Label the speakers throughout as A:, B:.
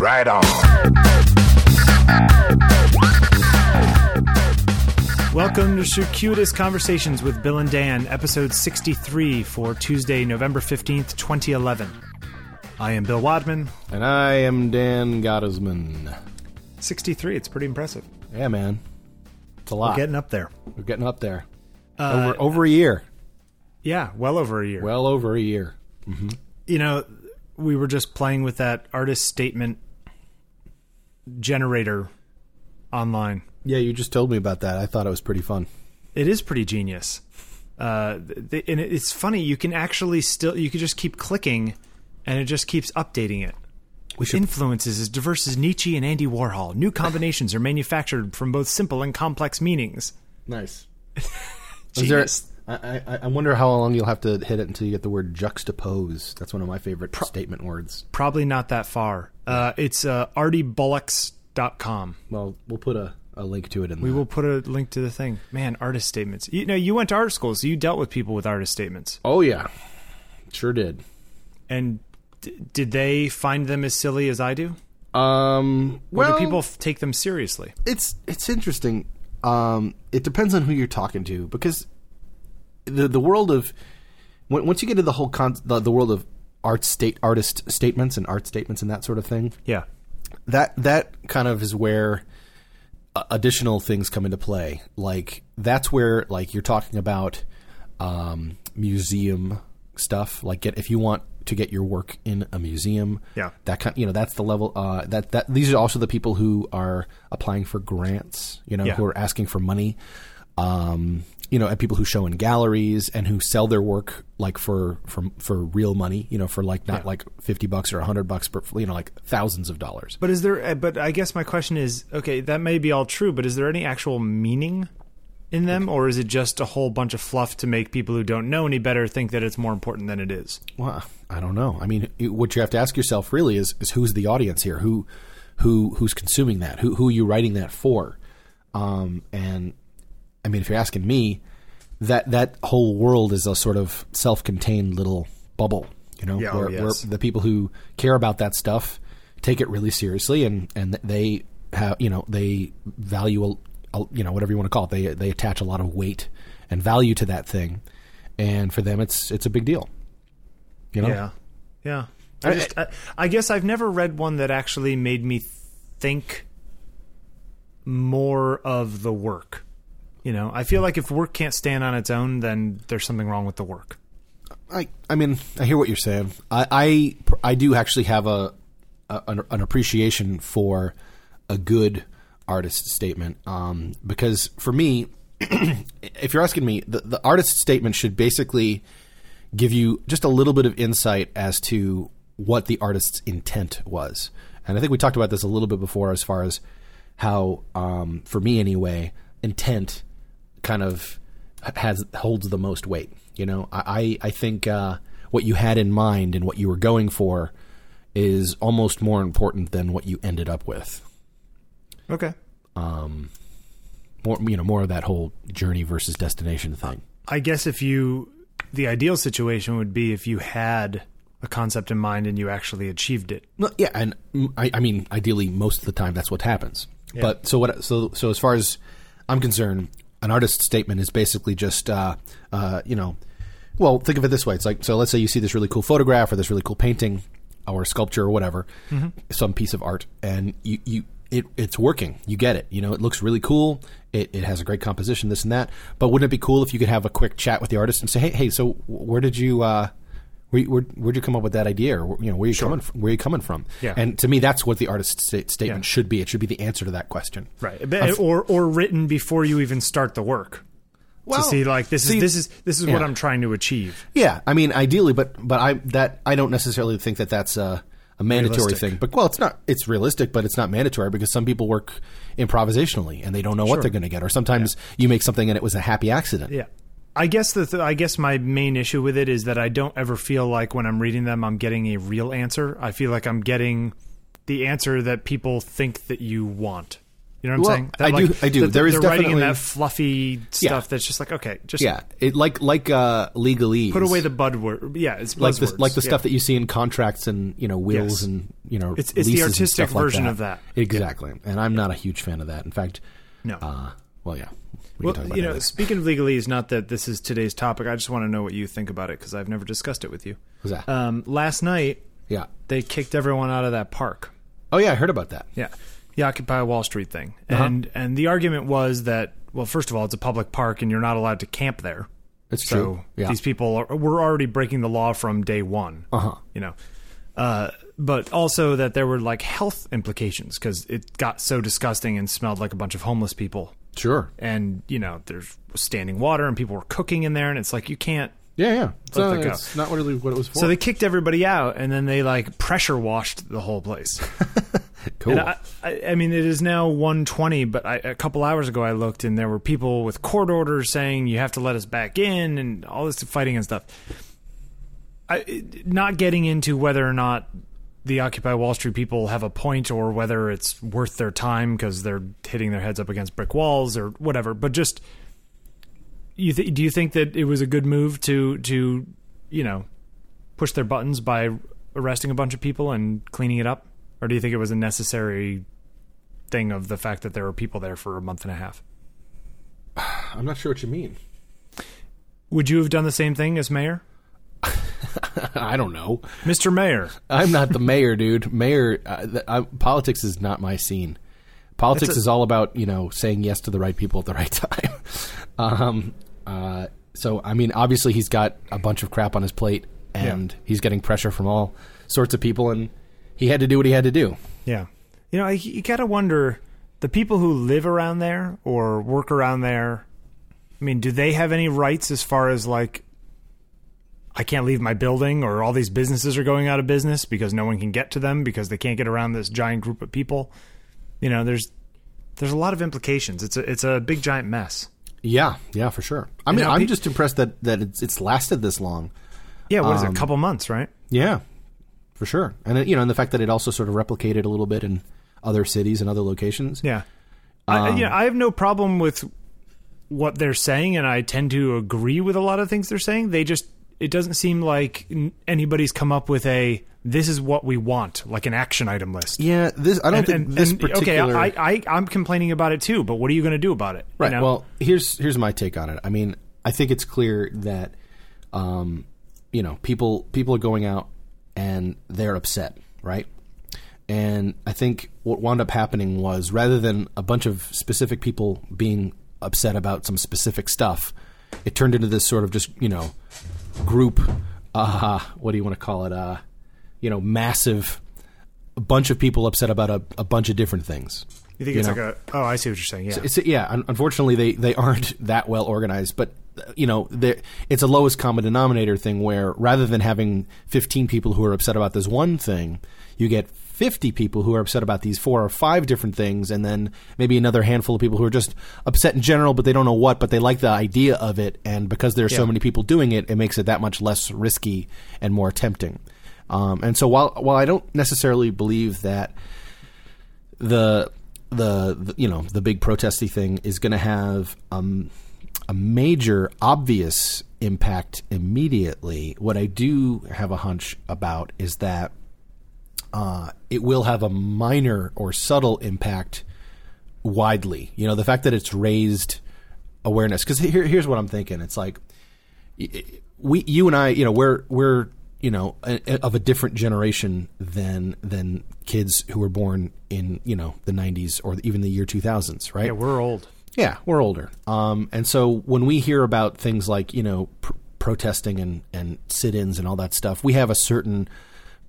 A: right on.
B: Welcome to Circuitous Conversations with Bill and Dan, episode 63 for Tuesday, November 15th, 2011. I am Bill Wadman.
C: And I am Dan Gottesman.
B: 63, it's pretty impressive.
C: Yeah, man. It's a lot.
B: Getting up there.
C: We're getting Uh, up there. over, over a year.
B: Yeah, well over a year.
C: Well over a year.
B: you know, we were just playing with that artist statement generator online.
C: Yeah, you just told me about that. I thought it was pretty fun.
B: It is pretty genius. Uh, th- and it- it's funny, you can actually still, you can just keep clicking and it just keeps updating it.
C: We should
B: Influences as diverse as Nietzsche and Andy Warhol. New combinations are manufactured from both simple and complex meanings.
C: Nice. Is there, I, I, I wonder how long you'll have to hit it until you get the word juxtapose. That's one of my favorite statement words.
B: Probably not that far. Uh, it's uh, artiebullocks.com.
C: Well, we'll put a, a link to it in
B: We will put a link to the thing. Man, artist statements. You know, you went to art school, so you dealt with people with artist statements.
C: Oh, yeah. Sure did.
B: And d- did they find them as silly as I do?
C: Um,
B: Or
C: well,
B: do people f- take them seriously?
C: it's it's interesting. Um, it depends on who you're talking to because the the world of when, once you get into the whole con- the, the world of art state artist statements and art statements and that sort of thing,
B: Yeah.
C: that that kind of is where uh, additional things come into play. Like that's where like you're talking about um, museum stuff. Like get if you want to get your work in a museum,
B: Yeah.
C: that kind you know that's the level uh, that that these are also the people who are applying for grants. You know
B: Yeah.
C: who are asking for money. Um, you know, and people who show in galleries and who sell their work like for for for real money. You know, for like not like fifty bucks or hundred bucks, but you know, like thousands of dollars.
B: But is there? uh, But I guess my question is: okay, that may be all true, but is there any actual meaning in them, or is it just a whole bunch of fluff to make people who don't know any better think that it's more important than it is?
C: Well, I don't know. I mean, it- what you have to ask yourself really is is who's the audience here? Who who who's consuming that? Who who are you writing that for? Um, and I mean, if you're asking me, that that whole world is a sort of self-contained little bubble, you know,
B: Yeah, oh,
C: where,
B: yes.
C: where the people who care about that stuff take it really seriously, and and they have you know they value a, a- you know whatever you want to call it. They they attach a lot of weight and value to that thing, and for them, it's it's a big deal. You know?
B: Yeah, yeah. I, just, I, I guess I've never read one that actually made me think more of the work. You know, I feel like if work can't stand on its own, then there's something wrong with the work.
C: I, I mean, I hear what you're saying. I, I, I do actually have a, a an, an appreciation for a good artist statement um, because for me, if you're asking me, the, the artist statement should basically give you just a little bit of insight as to what the artist's intent was. And I think we talked about this a little bit before as far as how, um, for me anyway, intent kind of has holds the most weight. You know, I, I I think uh, what you had in mind and what you were going for is almost more important than what you ended up with.
B: Okay.
C: More, you know, more of that whole journey versus destination thing.
B: I guess if you, the ideal situation would be if you had a concept in mind and you actually achieved it.
C: No, yeah, and mm, I, I mean, ideally, most of the time, that's what happens. But so what? So so as far as I'm concerned, an artist's statement is basically just, uh, uh, you know, well, think of it this way: it's like so. Let's say you see this really cool photograph or this really cool painting or sculpture or whatever, some piece of art, and you you. It, it's working. You get it. You know, it looks really cool. It, it has a great composition, this and that. But wouldn't it be cool if you could have a quick chat with the artist and say, "Hey, hey, so where did you uh, where, where, where'd you come up with that idea? Or you know, where you coming from, where you coming from?
B: Yeah.
C: And to me, that's what the artist's sta- statement
B: Yeah.
C: should be. It should be the answer to that question.
B: Right. uh, or, or written before you even start the work. to
C: Well,
B: see like this
C: see-
B: is this is this is what
C: yeah.
B: I'm trying to achieve.
C: Yeah, I mean, ideally, but but I that I don't necessarily think that that's a, a mandatory
B: Realistic.
C: thing. But well, it's not. It's realistic, but it's not mandatory because some people work improvisationally and they don't know what they're going to get. Or sometimes you make something and it was a happy accident.
B: Yeah. I guess the th- I guess my main issue with it is that I don't ever feel like when I'm reading them I'm getting a real answer. I feel like I'm getting the answer that people think that you want. You know what I'm
C: Well,
B: saying?
C: I do-
B: like,
C: I do.
B: that
C: There is
B: they're writing in
C: definitely-
B: that fluffy stuff that's just like okay, just
C: yeah, it like like uh, legalese.
B: put away the bud word. Yeah, it's
C: like the
B: buzzwords.
C: like the
B: Yeah.
C: stuff that you see in contracts and you know wills
B: Yes.
C: and you know
B: It's- it's the
C: leases and
B: artistic
C: stuff like
B: version of that.
C: exactly. And I'm not a huge fan of that. In fact,
B: No.
C: uh, well, yeah, we
B: well,
C: can talk about
B: you know,
C: that later.
B: speaking of legalese, not that this is today's topic. I just want to know what you think about it because I've never discussed it with you.
C: What's that?
B: Um, last night
C: yeah.
B: they kicked everyone out of that park.
C: Oh yeah, I heard about that.
B: Yeah, the Occupy Wall Street thing,
C: Uh-huh.
B: and and the argument was that well, first of all, it's a public park and you're not allowed to camp there.
C: It's
B: so
C: true. Yeah.
B: these people are, were already breaking the law from day one.
C: Uh-huh.
B: You know, uh, but also that there were like health implications because it got so disgusting and smelled like a bunch of homeless people.
C: sure.
B: And you know, there's standing water and people were cooking in there, and it's like you can't.
C: Yeah, yeah. It's,
B: Let
C: uh,
B: that go.
C: it's not really what it was for.
B: So they kicked everybody out, and then they like pressure washed the whole place.
C: cool.
B: And I, I, I mean, it is now 120, but I, a couple hours ago I looked and there were people with court orders saying you have to let us back in and all this fighting and stuff. I, it- not getting into whether or not the Occupy Wall Street people have a point or whether it's worth their time because they're hitting their heads up against brick walls or whatever, but just you th- do you think that it was a good move to to you know push their buttons by arresting a bunch of people and cleaning it up or do you think it was a necessary thing of the fact that there were people there for a month and a half
C: I'm not sure what you mean.
B: would you have done the same thing as mayor
C: I don't know.
B: mr mayor
C: I'm not the mayor, dude. Mayor, uh, th- I, politics is not my scene. Politics
B: It's a-
C: is all about you know saying yes to the right people at the right time. um, uh, so I mean, obviously he's got a bunch of crap on his plate, and he's getting pressure from all sorts of people, and he had to do what he had to do.
B: yeah you know I, you gotta wonder the people who live around there or work around there i mean do they have any rights as far as like i can't leave my building or all these businesses are going out of business because no one can get to them because they can't get around this giant group of people you know there's there's a lot of implications it's a it's a big giant mess
C: Yeah, yeah, for sure. I mean,
B: know,
C: I'm
B: pe-
C: just impressed that that it's, it's lasted this long.
B: Yeah, what is it? A couple months, right?
C: Yeah, for sure. And it, you know, and the fact that it also sort of replicated a little bit in other cities and other locations.
B: Yeah.
C: Um,
B: I, yeah, I have no problem with what they're saying, and I tend to agree with a lot of things they're saying. They just it doesn't seem like n- anybody's come up with a this is what we want, like an action item list.
C: Yeah, this I don't
B: And,
C: think
B: and-
C: this
B: and,
C: particular.
B: okay, I, I I'm complaining about it too, but what are you going to do about it?
C: right.
B: You know?
C: Well, here's here's my take on it. I mean, I think it's clear that, um, you know, people people are going out and they're upset, right? And I think what wound up happening was rather than a bunch of specific people being upset about some specific stuff, it turned into this sort of just you know group. Uh, what do you want to call it? Uh, you know, massive. A bunch of people upset about a, a bunch of different things.
B: you think
C: you
B: it's
C: know.
B: like a oh, I see what you're saying. Yeah,
C: It's yeah. Un- unfortunately, they they aren't that well organized. But uh, you know, they're- it's a lowest common denominator thing where rather than having fifteen people who are upset about this one thing, you get fifty people who are upset about these four or five different things, and then maybe another handful of people who are just upset in general, but they don't know what, but they like the idea of it, and because there are so
B: Yeah.
C: many people doing it, it makes it that much less risky and more tempting. Um, and so while while I don't necessarily believe that the the, the you know the big protesty thing is going to have um, a major obvious impact immediately. What I do have a hunch about is that uh, it will have a minor or subtle impact widely. You know, the fact that it's raised awareness. Because here, here's what I'm thinking: it's like we, you and I, you know, we're we're you know a, a- of a different generation than than kids who were born in you know the 90s or even the year 2000s, right?
B: yeah, we're old.
C: Yeah, we're older. Um, and so when we hear about things like, you know, pr- protesting and, and sit ins and all that stuff, we have a certain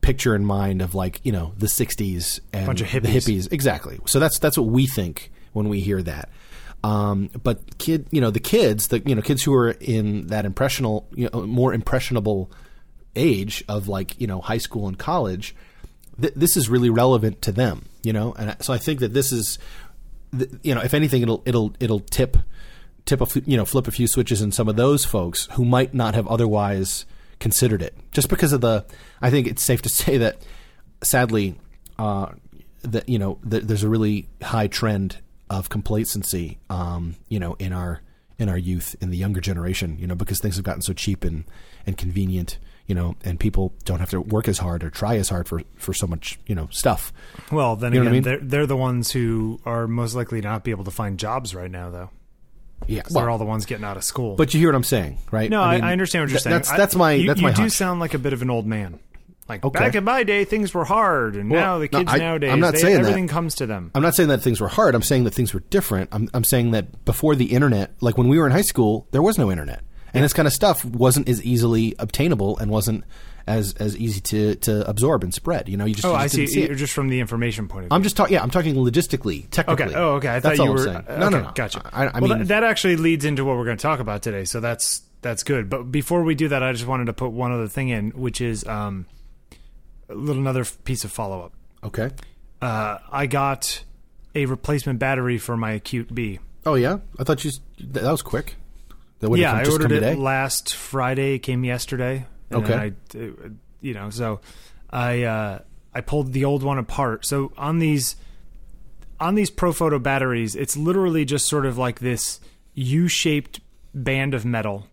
C: picture in mind of like, you know, the 60s and
B: Bunch of
C: the
B: hippies.
C: hippies. Exactly. So that's that's what we think when we hear that. Um, but kid, you know, the kids, the you know, kids who are in that impressional, you know, more impressionable age of like, you know, high school and college, th- this is really relevant to them, you know? And I- so I think that this is th- you know, if anything, it'll it'll it'll tip tip a few- you know flip a few switches in some of those folks who might not have otherwise considered it, just because of the. I think it's safe to say that, sadly, uh, that you know th- there's a really high trend of complacency, um, you know, in our in our youth, in the younger generation, you know, because things have gotten so cheap and and convenient, you know, and people don't have to work as hard or try as hard for for so much, you know, stuff.
B: Well, then
C: You know
B: again,
C: what I mean?
B: they're they're the ones who are most likely to not be able to find jobs right now, though.
C: Yeah,
B: 'Cause they're all the ones getting out of school.
C: but you hear what I'm saying, right?
B: no, I,
C: mean,
B: I understand what you're
C: th-
B: saying.
C: That's that's my
B: I, you,
C: that's
B: you
C: my
B: do
C: hunch.
B: sound like a bit of an old man. Like
C: Okay.
B: back in my day, things were hard, and
C: Well,
B: now the
C: no,
B: kids
C: I-
B: nowadays,
C: I'm not
B: they,
C: saying that.
B: everything comes to them.
C: I'm not saying that things were hard. I'm saying that things were different. I'm, I'm saying that before the internet, like when we were in high school, there was no internet, and this kind of stuff wasn't as easily obtainable and wasn't as as easy to to absorb and spread. You know, you just,
B: Oh,
C: you just
B: I see.
C: didn't see
B: You're
C: it.
B: just from the information point of view.
C: I'm just talking. Yeah, I'm talking logistically, technically.
B: Okay. Oh, okay. I
C: That's
B: thought
C: all
B: you
C: I'm
B: were.
C: saying.
B: uh,
C: No,
B: okay,
C: no, no.
B: Gotcha.
C: I, I
B: well,
C: mean,
B: that, that actually leads into what we're going to talk about today. So that's that's good. But before we do that, I just wanted to put one other thing in, which is um, a little another f- piece of follow up.
C: okay.
B: Uh, I got a replacement battery for my Acute B.
C: Oh yeah, I thought you. s- That that was quick. That would
B: yeah,
C: have
B: I
C: just
B: ordered
C: come
B: it
C: today.
B: last Friday. It came yesterday. And
C: Okay.
B: Then I, uh, you know, so I uh, I pulled the old one apart. So on these on these Profoto batteries, it's literally just sort of like this U-shaped band of metal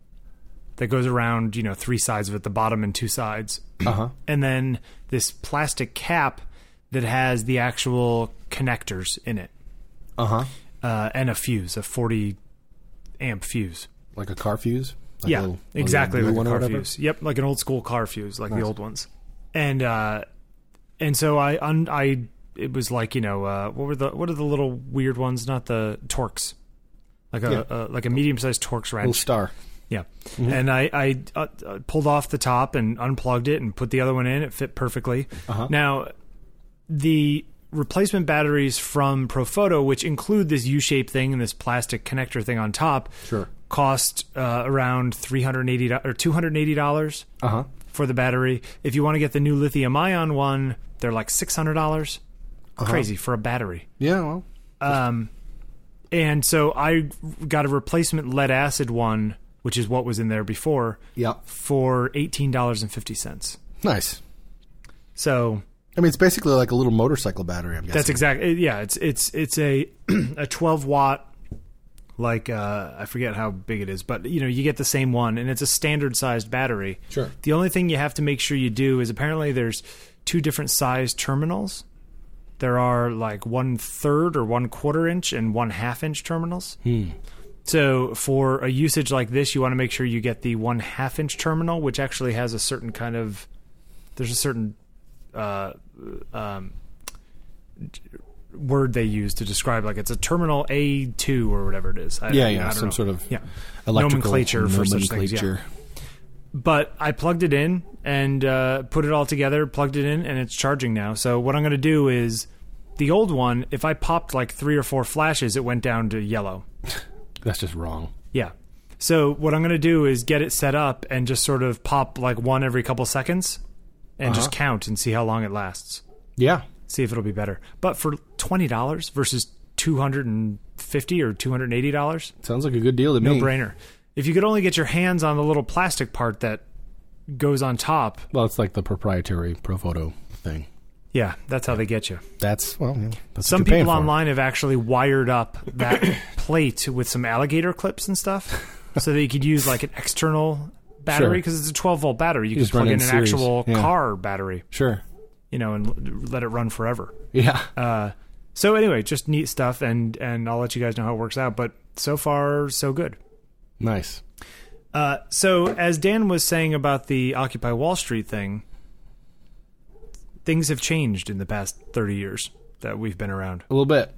B: that goes around, you know, three sides of it, the bottom and two sides,
C: Uh huh.
B: and then this plastic cap that has the actual connectors in it
C: Uh huh.
B: uh, and a fuse, a 40 amp fuse.
C: Like a car fuse. Like a
B: yeah,
C: little- like a
B: exactly
C: blue
B: like
C: one
B: a
C: or
B: car
C: whatever?
B: fuse. Yep, like an old school car fuse, like the old ones. And uh, and so I un- I it was like you know uh, what were the what are the little weird ones? Not the Torx, like a,
C: Yeah.
B: uh, like a medium sized Torx
C: Little
B: wrench.
C: star.
B: Yeah,
C: Mm-hmm.
B: and I I uh, uh, pulled off the top and unplugged it and put the other one in. It fit perfectly.
C: Uh-huh.
B: Now, the replacement batteries from Profoto, which include this U-shaped thing and this plastic connector thing on top,
C: Sure.
B: cost uh, around three hundred eighty or two hundred eighty dollars
C: Uh huh.
B: for the battery. If you want to get the new lithium-ion one, they're like six hundred dollars.
C: Uh-huh.
B: Crazy for a battery.
C: Yeah. Well.
B: Um, and so I got a replacement lead acid one, which is what was in there before,
C: Yeah.
B: for eighteen dollars and fifty cents.
C: Nice.
B: So
C: I mean, it's basically like a little motorcycle battery. I'm guessing.
B: that's exactly yeah. It's it's it's a a twelve watt like uh, I forget how big it is, but you know you get the same one, and it's a standard sized battery.
C: Sure.
B: The only thing you have to make sure you do is apparently there's two different size terminals. There are like one third or one quarter inch and one half inch terminals. So for a usage like this, you want to make sure you get the one half inch terminal, which actually has a certain kind of there's a certain uh, um, word they use to describe like it's a terminal A two or whatever it is. I,
C: Yeah,
B: I
C: yeah,
B: don't
C: some
B: know.
C: sort of
B: yeah.
C: Electrical
B: nomenclature for such things, yeah.
C: nomenclature.
B: but I plugged it in and uh, put it all together, plugged it in, and it's charging now. So what I'm going to do is the old one. If I popped like three or four flashes, it went down to yellow.
C: That's just wrong.
B: Yeah. So what I'm going to do is get it set up and just sort of pop like one every couple seconds, and just count and see how long it lasts.
C: Yeah.
B: See if it'll be better. But for twenty dollars versus two hundred and fifty or two hundred and eighty dollars,
C: Sounds like a good deal to me.
B: no brainer. If you could only get your hands on the little plastic part that goes on top,
C: Well, it's like the proprietary Profoto thing.
B: yeah, that's how they get you.
C: That's well. Yeah, that's
B: Some
C: what you're paying
B: people
C: for.
B: online have actually wired up that plate with some alligator clips and stuff, so that you could use like an external battery
C: Sure.
B: because it's a 12 volt battery. You,
C: just
B: could plug
C: run
B: in,
C: in
B: an
C: series,
B: actual
C: yeah.
B: car battery,
C: Sure.
B: you know, and l- let it run forever.
C: Yeah.
B: Uh, so anyway, just neat stuff, and and I'll let you guys know how it works out. But so far, so good.
C: nice.
B: Uh, so as Dan was saying about the Occupy Wall Street thing, things have changed in the past 30 years that we've been around.
C: A little bit.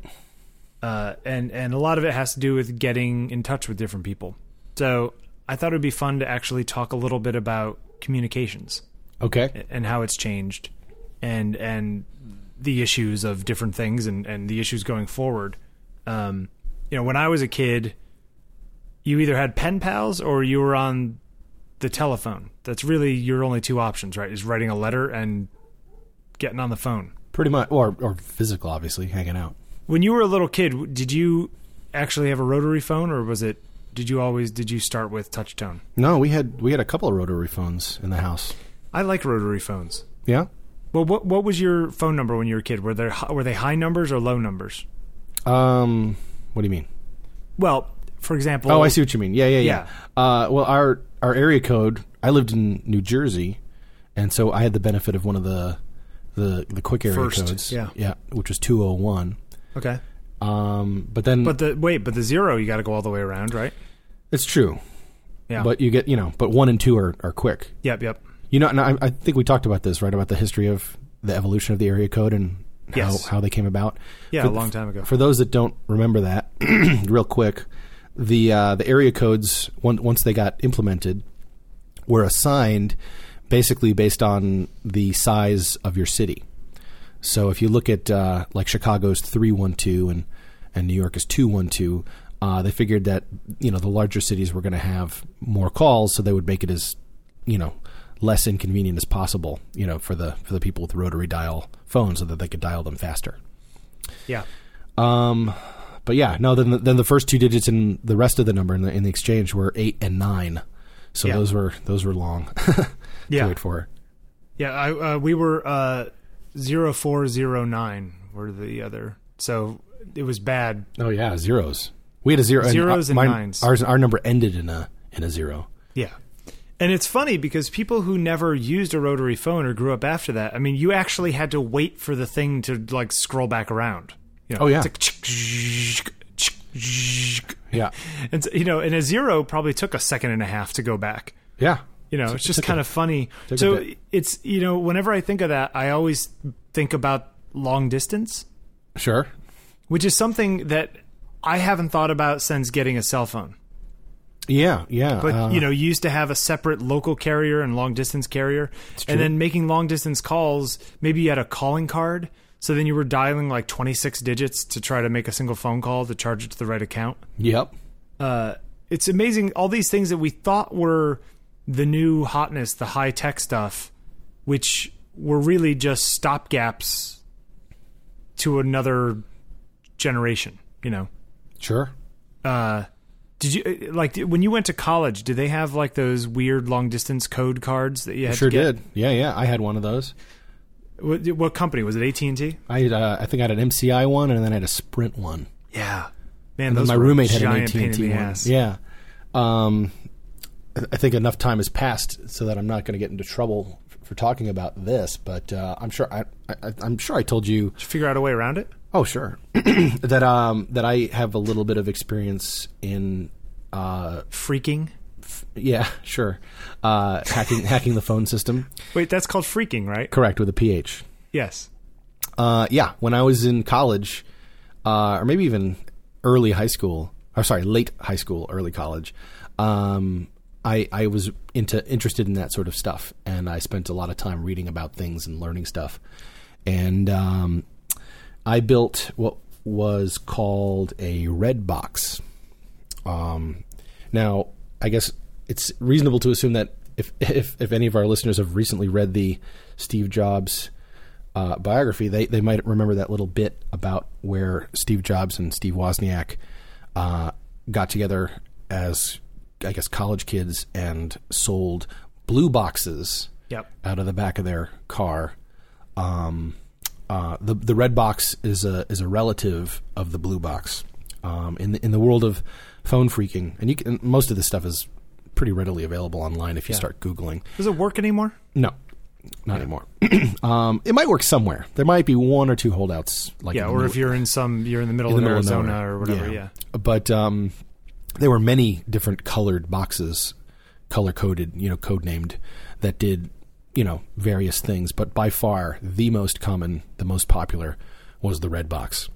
B: uh, and and a lot of it has to do with getting in touch with different people. So I thought it would be fun to actually talk a little bit about communications
C: Okay.
B: and how it's changed, and and the issues of different things and and the issues going forward. Um, you know, when I was a kid, you either had pen pals or you were on the telephone. That's really your only two options, right? Is writing a letter and getting on the phone.
C: Pretty much, or or physical, obviously, hanging out.
B: When you were a little kid, w- did you actually have a rotary phone, or was it? Did you always? Did you start with touch tone?
C: No, we had we had a couple of rotary phones in the house.
B: I like rotary phones.
C: Yeah.
B: Well, what what was your phone number when you were a kid? Were there hi- were they high numbers or low numbers?
C: Um, What do you mean?
B: Well, for example,
C: Oh, I see what you mean. Yeah, yeah, yeah. Uh, well, our our area code. I lived in New Jersey, and so I had the benefit of one of the the the quick area
B: First,
C: codes.
B: yeah.
C: yeah, which was two hundred one.
B: Okay,
C: Um, but then,
B: but the wait, but the zero you got to go all the way around, right?
C: it's true.
B: Yeah.
C: But you get you know, but one and two are are quick.
B: yep, yep.
C: You know, and I, I think we talked about this, right? About the history of the evolution of the area code and
B: Yes.
C: how, how they came about.
B: Yeah,
C: For-
B: a long time ago.
C: For those that don't remember that, real quick, the uh, the area codes on- once they got implemented were assigned basically based on the size of your city. So if you look at uh, like Chicago's three one two and and New York is two one two, uh, they figured that you know the larger cities were going to have more calls, so they would make it as you know less inconvenient as possible, you know, for the for the people with rotary dial phones, so that they could dial them faster.
B: yeah,
C: Um, but yeah, no. Then the, then the first two digits in the rest of the number in the, in the exchange were eight and nine. So
B: Yeah.
C: those were those were long to
B: yeah,
C: wait for.
B: yeah. I, uh, we were uh, zero four zero nine were the other, so it was bad.
C: Oh yeah, zeros. We had a zero. our-
B: Zeros and
C: mine-
B: nines.
C: Ours, our number ended in a in a zero.
B: Yeah. And it's funny because people who never used a rotary phone or grew up after that, I mean, you actually had to wait for the thing to like scroll back around. You know,
C: Oh, yeah.
B: It's like, tsk, zhzh, tsk, zhzh.
C: Yeah,
B: and so, you know, and a zero probably took a second and a half to go back.
C: yeah.
B: You know, it's just kind of funny.
C: a
B: So
C: bit.
B: it's you know, whenever I think of that, I always think about long distance,
C: Sure.
B: which is something that I haven't thought about since getting a cell phone.
C: Yeah, yeah.
B: But
C: uh,
B: you know, you used to have a separate local carrier and long distance carrier, and then making long distance calls. Maybe you had a calling card, so then you were dialing like twenty six digits to try to make a single phone call to charge it to the right account.
C: Yep.
B: Uh, it's amazing all these things that we thought were the new hotness, the high tech stuff, which were really just stopgaps to another generation. You know
C: Sure.
B: uh did you uh, like when you went to college did they have like those weird long distance code cards that you had
C: Sure
B: to get?
C: did. Yeah, yeah. I had one of those.
B: what, what company was it AT&T
C: I had, uh, I think I had an MCI one, and then I had a Sprint one.
B: yeah man
C: And
B: those
C: my
B: were
C: roommate had an
B: giant
C: AT
B: pain
C: and
B: in
C: T
B: the
C: one.
B: ass
C: Yeah. Um, I- I think enough time has passed so that I'm not going to get into trouble f- for talking about this. But uh, I'm sure I, I, I'm sure I told you.
B: Did you figure out a way around it
C: Oh, sure. that um, that I have a little bit of experience in. Uh,
B: freaking
C: yeah, sure. Uh, hacking hacking the phone system.
B: wait that's called freaking right
C: Correct with a PH.
B: yes
C: Uh, yeah, when I was in college, uh, or maybe even early high school, or sorry, late high school, early college, um, I, I was into interested in that sort of stuff, and I spent a lot of time reading about things and learning stuff, and um, I built what was called a red box. Um, now, I guess it's reasonable to assume that if, if if any of our listeners have recently read the Steve Jobs uh, biography, they they might remember that little bit about where Steve Jobs and Steve Wozniak uh, got together as I guess college kids and sold blue boxes
B: Yep.
C: out of the back of their car. Um, uh, the the red box is a is a relative of the blue box um, in the in the world of phone freaking, and you can, and most of this stuff is pretty readily available online if you start googling.
B: does it work anymore
C: No, not anymore. um, it might work somewhere. There might be one or two holdouts, like
B: yeah
C: in
B: or
C: the-
B: if you're in some you're in the middle
C: in
B: of
C: the middle of
B: Arizona
C: nowhere.
B: or whatever yeah.
C: But um, there were many different colored boxes, color coded, you know, code named that did you know various things. But by far the most common, the most popular, was the red box.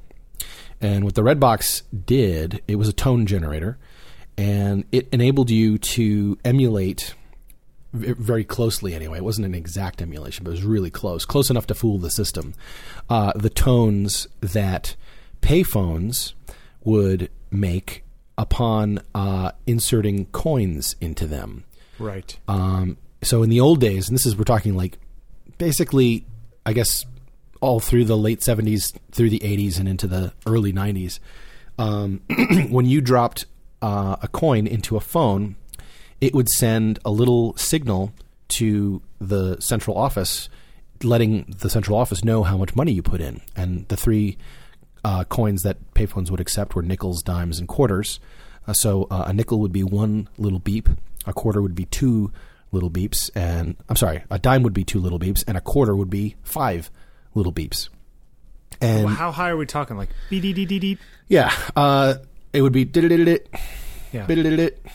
C: And what the red box did, it was a tone generator, and it enabled you to emulate v- very closely anyway. It wasn't an exact emulation, but it was really close, close enough to fool the system. Uh, the tones that payphones would make upon uh, inserting coins into them.
B: right
C: Um, so in the old days, and this is we're talking like basically, I guess, all through the late seventies, through the eighties, and into the early nineties, um, when you dropped uh, a coin into a phone, it would send a little signal to the central office, letting the central office know how much money you put in, and the three uh, coins that payphones would accept were nickels, dimes, and quarters. Uh, so uh, a nickel would be one little beep, a quarter would be two little beeps, and I'm sorry, a dime would be two little beeps, and a quarter would be five little beeps. And
B: Well, how high are we talking? Like beep, dee dee dee dee.
C: yeah, uh, it would be did
B: Yeah.
C: Bit it, it, it.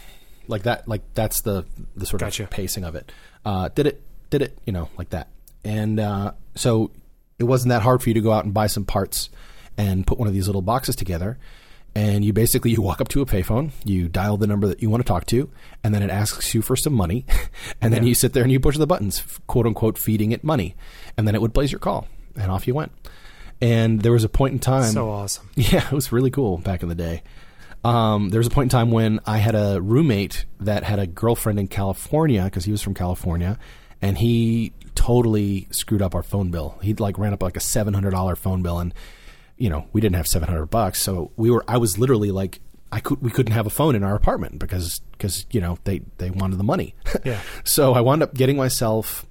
C: like that like that's the the sort
B: Gotcha.
C: of pacing of it uh did it did it you know like that and uh so it wasn't that hard for you to go out and buy some parts and put one of these little boxes together and you basically you walk up to a payphone you dial the number that you want to talk to and then it asks you for some money and then you sit there and you push the buttons f- quote unquote feeding it money and then it would place your call and off you went and there was a point in time
B: So awesome.
C: yeah, it was really cool back in the day. Um, there was a point in time when I had a roommate that had a girlfriend in California because he was from California, and he totally screwed up our phone bill. He like ran up like a seven hundred dollar phone bill, and you know we didn't have seven hundred bucks, so we were. I was literally like, I could we couldn't have a phone in our apartment because because you know they they wanted the money.
B: Yeah.
C: So I wound up getting myself.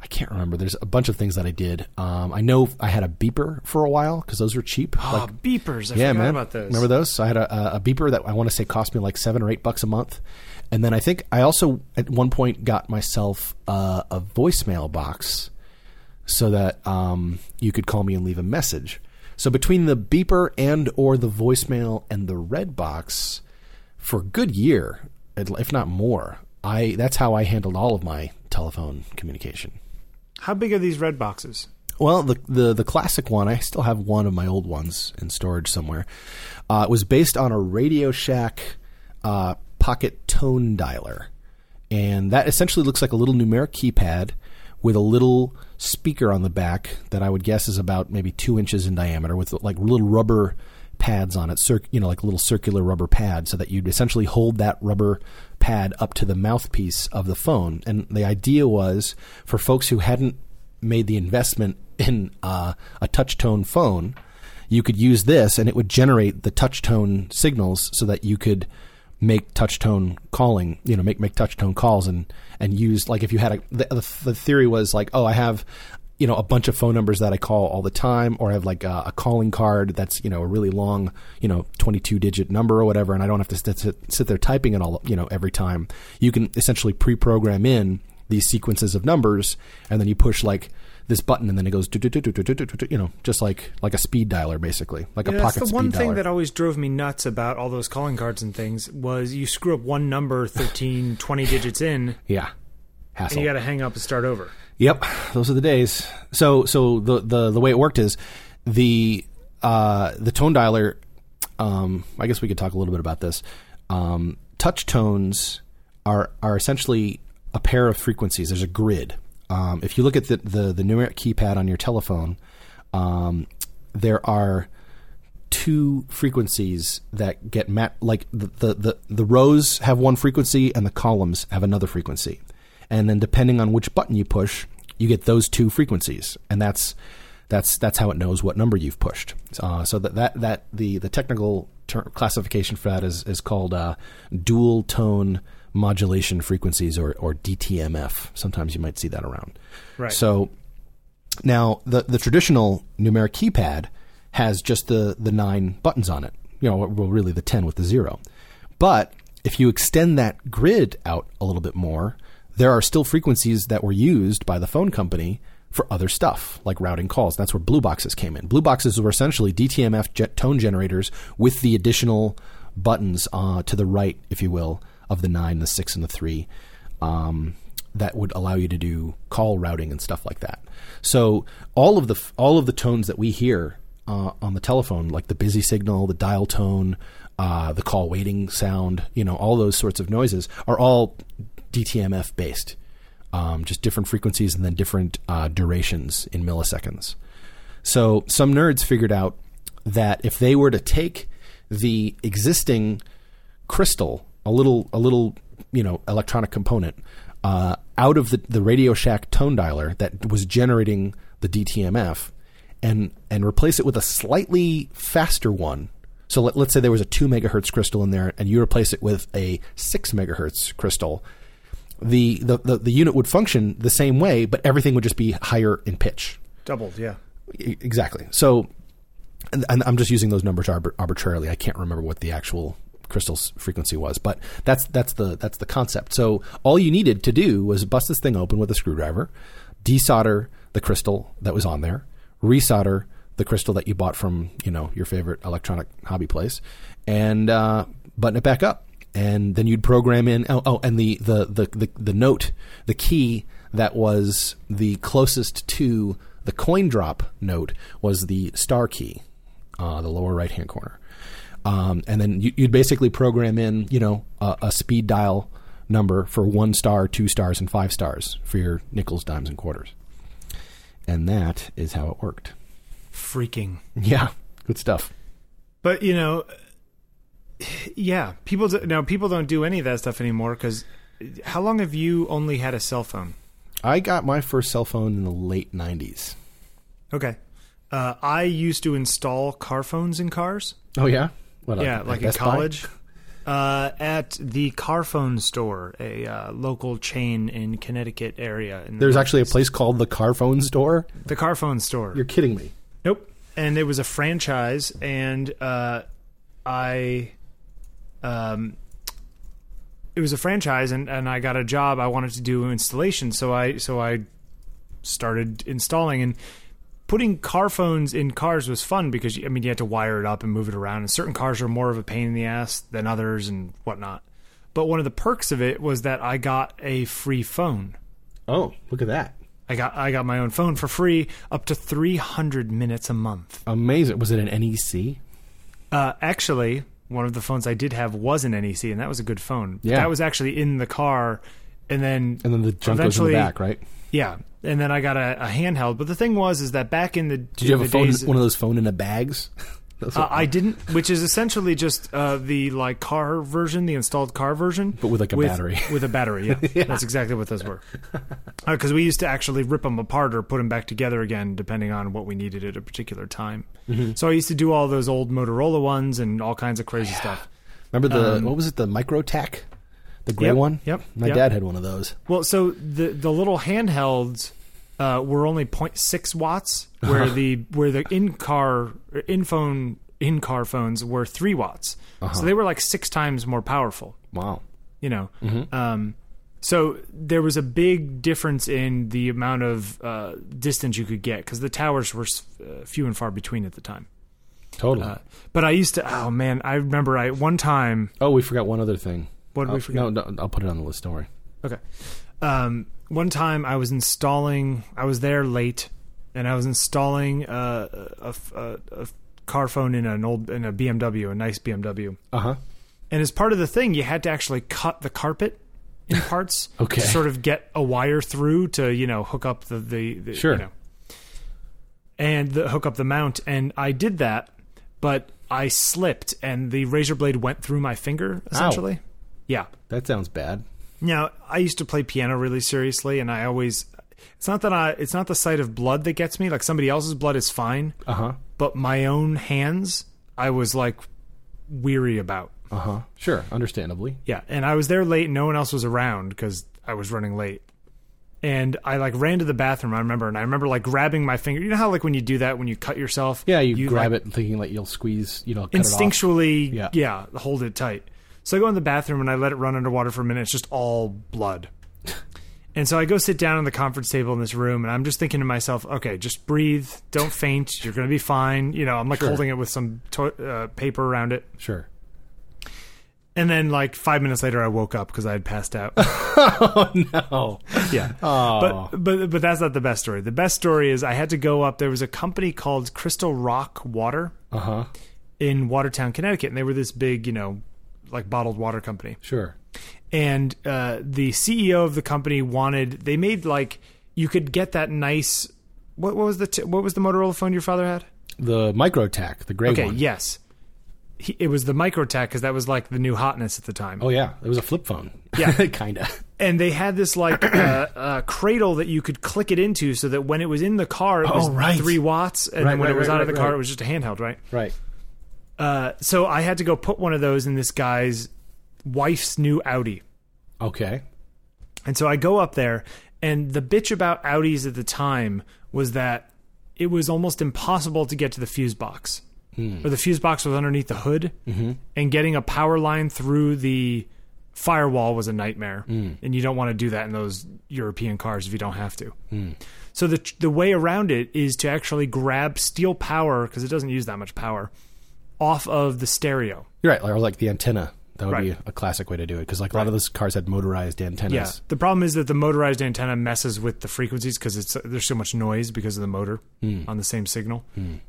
C: I can't remember. There's a bunch of things that I did. Um, I know I had a beeper for a while because those were cheap.
B: Ah, beepers. I
C: yeah,
B: forgot
C: man.
B: about those.
C: Remember those? So I had a, a- a beeper that I want to say cost me like seven or eight bucks a month, and then I think I also at one point got myself uh, a voicemail box so that um, you could call me and leave a message. So between the beeper and or the voicemail and the red box, for a good year, if not more, I that's how I handled all of my telephone communication.
B: How big are these red boxes?
C: Well, the, the the classic one, I still have one of my old ones in storage somewhere. Uh, it was based on a Radio Shack uh, pocket tone dialer, and that essentially looks like a little numeric keypad with a little speaker on the back that I would guess is about maybe two inches in diameter, with like little rubber pads on it, cir- you know, like a little circular rubber pad, so that you'd essentially hold that rubber pad up to the mouthpiece of the phone. And the idea was for folks who hadn't made the investment in uh, a touch tone phone, you could use this and it would generate the touch tone signals so that you could make touch tone calling, you know, make, make touch tone calls and, and use like if you had a, the, the the theory was like, oh, I have, you know, a bunch of phone numbers that I call all the time, or I have like a, a calling card that's, you know, a really long, you know, 22 digit number or whatever. And I don't have to sit, sit, sit there typing it all, you know, every time you can essentially pre-program in these sequences of numbers, and then you push like this button, and then it goes, do, do, do, do, do, do, do, do, you know, just like like a speed dialer, basically, like a
B: Yeah, that's
C: pocket
B: the
C: speed
B: one thing
C: dialer.
B: that always drove me nuts about all those calling cards and things was you screw up one number 13 20 digits in
C: yeah, hassle.
B: and you got to hang up and start over
C: Yep, those are the days. So so the the the way it worked is the uh, the tone dialer. Um, I guess we could talk a little bit about this. Um, touch tones are are essentially a pair of frequencies. There's a grid. Um, if you look at the, the the numeric keypad on your telephone, um, there are two frequencies that get met like the, the, the, the rows have one frequency and the columns have another frequency and then depending on which button you push you get those two frequencies and that's that's that's how it knows what number you've pushed uh, so that, that that the the technical ter- classification for that is is called uh, dual tone modulation frequencies or or DTMF sometimes you might see that around
B: Right.
C: so now, the the traditional numeric keypad has just the the nine buttons on it. You know, well, really the ten with the zero. But if you extend that grid out a little bit more, there are still frequencies that were used by the phone company for other stuff like routing calls. That's where blue boxes came in. Blue boxes were essentially DTMF jet tone generators with the additional buttons uh, to the right, if you will, of the nine, the six, and the three um, that would allow you to do call routing and stuff like that. So all of the all of the tones that we hear uh, on the telephone, like the busy signal, the dial tone, uh, the call waiting sound, you know, all those sorts of noises are all DTMF based, um, just different frequencies and then different uh, durations in milliseconds. So some nerds figured out that if they were to take the existing crystal, a little a little you know electronic component, uh, out of the the Radio Shack tone dialer that was generating the DTMF, and and replace it with a slightly faster one. So let, let's say there was a two megahertz crystal in there, and you replace it with a six megahertz crystal the, the, the, the unit would function the same way, but everything would just be higher in pitch.
B: doubled yeah
C: E- Exactly. So and, and I'm just using those numbers arbit- arbitrarily. I can't remember what the actual crystal's frequency was, but that's that's the that's the concept. So all you needed to do was bust this thing open with a screwdriver, desolder the crystal that was on there, resolder the crystal that you bought from you know your favorite electronic hobby place, and uh, button it back up. And then you'd program in oh, oh and the, the, the, the, the note the key that was the closest to the coin drop note was the star key uh, the lower right hand corner. Um, and then you, you'd basically program in, you know, a, a speed dial number for one star, two stars, and five stars for your nickels, dimes, and quarters. And that is how it worked.
B: Freaking.
C: Yeah, good stuff.
B: But you know, yeah, people do, now people don't do any of that stuff anymore because how long have you only had a cell phone?
C: I got my first cell phone in the late '90s.
B: Okay, uh, I used to install car phones in cars.
C: Oh yeah, what,
B: yeah, like in
C: Best Buy?
B: college. Uh, at the car phone store, a uh, local chain in Connecticut area. In the-
C: There's actually a place called the Car
B: Hmm.
C: Phone Store.
B: the car phone store.
C: You're kidding me.
B: Nope. And it was a franchise, and uh, I, um, it was a franchise, and, and I got a job. I wanted to do installation, so I so I started installing and putting car phones in cars was fun because I mean you had to wire it up and move it around, and certain cars are more of a pain in the ass than others and whatnot. But one of the perks of it was that I got a free phone.
C: Oh, look at that!
B: I got I got my own phone for free up to 300 minutes a month.
C: Amazing. Was it an E NEC?
B: Uh, actually, one of the phones I did have was an NEC, and that was a good phone.
C: Yeah.
B: that was actually in the car, and then
C: And then the junk goes in the
B: Eventually-
C: back, right?
B: yeah, and then I got a, a handheld. But the thing was, is that back in the
C: Did you have
B: the
C: a phone?
B: days-
C: One of those phone in the bags. Those
B: uh, I didn't, which is essentially just uh, the like car version, the installed car version,
C: But with, like, a battery.
B: With a battery, yeah, that's exactly what those were. Because we used to actually rip them apart or put them back together again, depending on what we needed at a particular time.
C: Mm-hmm.
B: So I used to do all those old Motorola ones and all kinds of crazy stuff.
C: Remember the what was it? The Microtech, the gray
B: um, Yep,
C: one.
B: yep,
C: my
B: yep.
C: dad had one of those.
B: Well, so the the little handhelds uh, were only 0.6 watts, where
C: Uh-huh.
B: the where the in car in phone in car phones were three watts.
C: Uh-huh.
B: So they were like six times more powerful.
C: Wow.
B: You know, um, so there was a big difference in the amount of uh, distance you could get because the towers were s- uh, few and far between at the time. Uh,
C: Totally.
B: But I used to. Oh man, I remember. I one time.
C: oh, we forgot one other thing.
B: What did we
C: Uh,
B: forget?
C: No, no, I'll put it on the list. Don't worry.
B: Okay. Um, one time I was installing, I was there late, and I was installing uh, a, a, a car phone in an old in a BMW, a nice BMW.
C: Uh huh.
B: And as part of the thing, you had to actually cut the carpet in parts
C: Okay.
B: to sort of get a wire through to you know hook up the the, the
C: Sure.
B: you know, and the, hook up the mount. And I did that, but I slipped, and the razor blade went through my finger essentially. Yeah.
C: That sounds bad.
B: Now, I used to play piano really seriously, and I always. It's not that I. It's not the sight of blood that gets me. Like somebody else's blood is fine,
C: Uh huh.
B: but my own hands, I was like weary about.
C: Uh huh. Sure. Understandably.
B: Yeah, and I was there late. and No one else was around because I was running late. And I like ran to the bathroom. I remember, and I remember like grabbing my finger. You know how like when you do that when you cut yourself.
C: Yeah, you,
B: like,
C: grab it thinking like you'll squeeze. You know, cut
B: instinctually
C: Yeah.
B: yeah. hold it tight so i go in the bathroom and i let it run underwater for a minute it's just all blood and so i go sit down on the conference table in this room and i'm just thinking to myself okay just breathe don't faint you're gonna be fine you know i'm like
C: Sure.
B: holding it with some to- uh, paper around it
C: It off. Sure.
B: and then like five minutes later i woke up because i had passed out
C: Oh no.
B: yeah
C: Oh.
B: but but but that's not the best story the best story is i had to go up there was a company called crystal rock water
C: Uh huh.
B: in watertown connecticut and they were this big you know like bottled water company
C: Sure.
B: and uh, the CEO of the company wanted they made like you could get that nice what, what was the t- what was the Motorola phone your father had?
C: The Microtech, the gray
B: Okay,
C: one.
B: yes, he, it was the Microtech because that was like the new hotness at the time.
C: Oh yeah, it was a flip phone.
B: Yeah.
C: kinda.
B: And they had this like uh, uh, cradle that you could click it into so that when it was in the car it was
C: Oh, right.
B: three watts, and
C: Right,
B: then when
C: right,
B: it was
C: right,
B: out of the
C: right,
B: car
C: right.
B: it was just a handheld, right?
C: Right.
B: Uh, so I had to go put one of those in this guy's wife's new Audi.
C: Okay.
B: And so I go up there, and the bitch about Audis at the time was that it was almost impossible to get to the fuse box. or the fuse box was underneath the hood, and getting a power line through the firewall was a nightmare. And you don't want to do that in those European cars if you don't have to. So the the way around it is to actually grab steel power because it doesn't use that much power off of the stereo.
C: You're right, or like the antenna. That would be
B: Right.
C: a classic way to do it because like a lot of those cars had motorized antennas.
B: Yeah. The problem is that the motorized antenna messes with the frequencies because it's there's so much noise because of the motor on the same signal.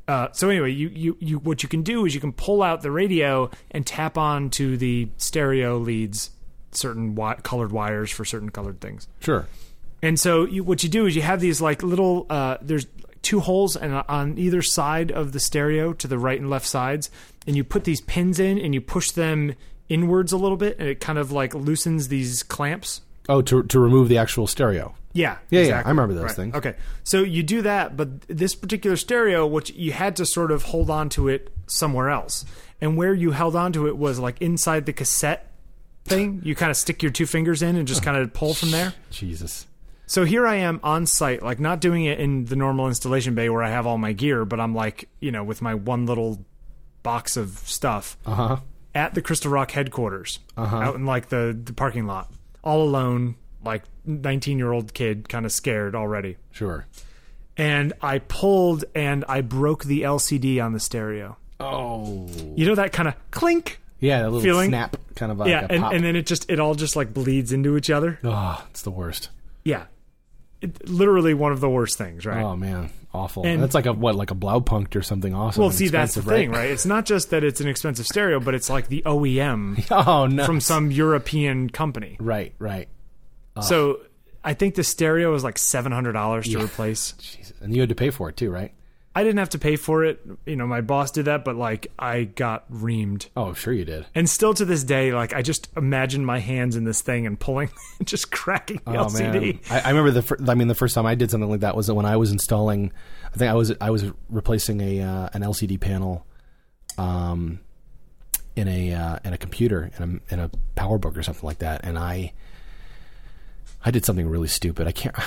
B: Uh, so anyway, you, you you what you can do is you can pull out the radio and tap on to the stereo leads, certain wi- colored wires for certain colored things.
C: Sure.
B: And so you, what you do is you have these like little uh, there's two holes and uh, on either side of the stereo to the right and left sides, and you put these pins in and you push them inwards a little bit, and it kind of like loosens these clamps
C: Oh, to to remove the actual stereo.
B: yeah.
C: Yeah, yeah, I remember those
B: Right.
C: things.
B: Okay. So you do that, but this particular stereo, which you had to sort of hold on to it somewhere else. And where you held on to it was like inside the cassette thing. You kind of stick your two fingers in and just kind of pull from there.
C: Jesus.
B: So here I am on site, like not doing it in the normal installation bay where I have all my gear, but I'm like, you know, with my one little box of stuff
C: Uh huh.
B: at the Crystal Rock headquarters,
C: Uh-huh.
B: out in like the, the parking lot, all alone, like 19 year old kid, kind of scared already.
C: Sure.
B: And I pulled and I broke the LCD on the stereo.
C: Oh.
B: You know that kind of clink,
C: Yeah, that little
B: Feeling-
C: snap kind of like
B: yeah,
C: a
B: and,
C: pop.
B: and then it just it all just like bleeds into each other.
C: oh, it's the worst.
B: Yeah, it, literally one of the worst things, right?
C: Oh man, awful.
B: And-
C: That's like a what, like a Blaupunkt or something awesome.
B: well,
C: and
B: see, that's the
C: expensive,
B: thing, right? It's not just that it's an expensive stereo, but it's like the OEM
C: Oh no.
B: from some European company.
C: right, right. Oh.
B: So I think the stereo is like seven hundred dollars to replace.
C: Jesus. And you had to pay for it too, right?
B: I didn't have to pay for it. You know, my boss did that, but like I got reamed.
C: Oh, sure you did.
B: And still to this day, like I just imagine my hands in this thing and pulling, just cracking the
C: Oh
B: LCD.
C: man, I, I remember the. Fir- I mean, the first time I did something like that was when I was installing. I think I was I was replacing a uh, an LCD panel, um, in a uh, in a computer in a in a PowerBook or something like that, and I I did something really stupid. I can't.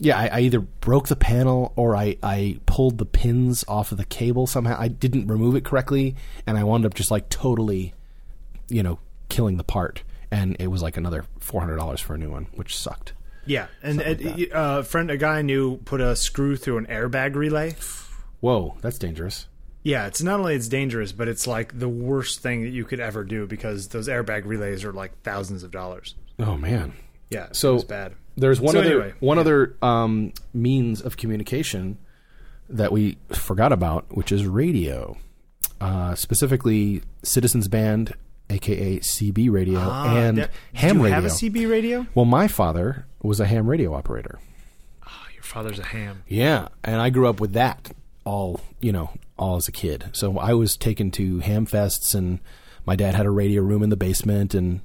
C: Yeah, I, I either broke the panel or I, I pulled the pins off of the cable somehow. I didn't remove it correctly, and I wound up just like totally you know, killing the part. And it was like another four hundred dollars for a new one, which sucked.
B: Yeah, and a uh, friend, a guy I knew, put a screw through an airbag relay.
C: Whoa, that's dangerous.
B: Yeah, it's not only it's dangerous, but it's like the worst thing that you could ever do because those airbag relays are like thousands of dollars.
C: Oh man.
B: Yeah, it
C: So
B: was bad.
C: There's one
B: So
C: other
B: anyway,
C: one other um, means of communication that we forgot about, which is radio, uh, specifically Citizens Band, aka CB radio, and
B: Ah, that-
C: ham
B: do Uh, you
C: radio.
B: have a CB radio?
C: well, my father was a ham radio operator.
B: Oh, your father's a ham.
C: Yeah, and I grew up with that all you know all as a kid. So I was taken to ham fests, and my dad had a radio room in the basement, and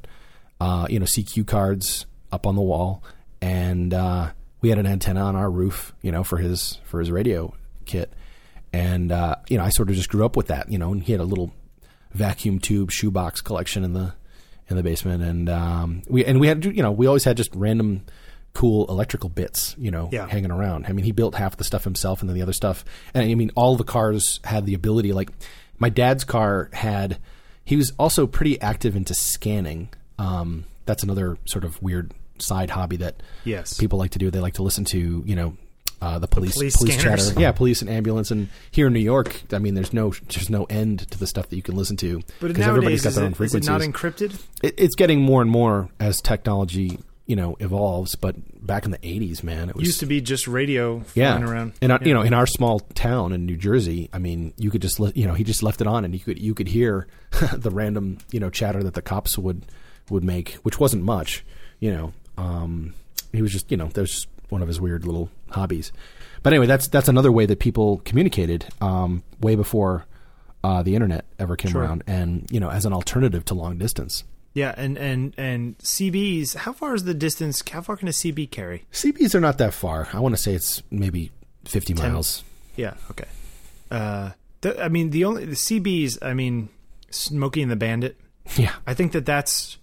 C: uh, you know CQ cards up on the wall, and uh, we had an antenna on our roof, you know, for his for his radio kit, and uh, you know I sort of just grew up with that, you know, and he had a little vacuum tube shoebox collection in the in the basement, and um, we and we had you know we always had just random cool electrical bits, you know,
B: Yeah.
C: hanging around. I mean, he built half the stuff himself, and then the other stuff. And I mean, all the cars had the ability. Like my dad's car had. He was also pretty active into scanning. Um, that's another sort of weird side hobby that
B: Yes.
C: people like to do. They like to listen to you know. Uh, the police,
B: police
C: police
B: scanners.
C: chatter, yeah, police and ambulance, and here in New York, I mean, there's no, there's no end to the stuff that you can listen to
B: But
C: because
B: nowadays,
C: everybody's got
B: is
C: their own
B: it, is it
C: frequencies.
B: not encrypted?
C: It- it's getting more and more as technology, you know, evolves. But back in the '80s, man, it was
B: Used to be just radio
C: yeah.
B: flying around.
C: In our, you know, in our small town in New Jersey, I mean, you could just li- you know he just left it on, and you could you could hear the random you know chatter that the cops would would make, which wasn't much. You know, um, he was just you know that was just one of his weird little hobbies. But anyway, that's that's another way that people communicated um, way before uh, the internet ever came around, and you know, as an alternative to long distance.
B: Yeah, and and and CBs. How far is the distance? How far can a CB carry?
C: CBs are not that far. I want to say it's maybe fifty miles.
B: Yeah. Okay. Uh, the, I mean, the only the CBs. I mean, Smokey and the Bandit.
C: Yeah.
B: I think that that's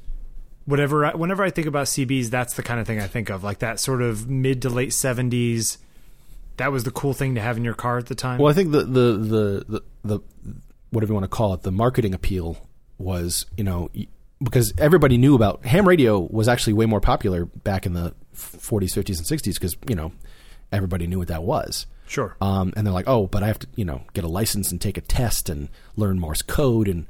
B: whatever. I, whenever I think about CBs, that's the kind of thing I think of, like that sort of mid to late seventies. That was the cool thing to have in your car at the time.
C: Well, I think the the the the, the whatever you want to call it, the marketing appeal was, you know, y- because everybody knew about ham radio was actually way more popular back in the 40s, 50s, and 60s because, you know, everybody knew what that was.
B: Sure.
C: Um, and they're like, oh, but I have to, you know, get a license and take a test and learn Morse code and,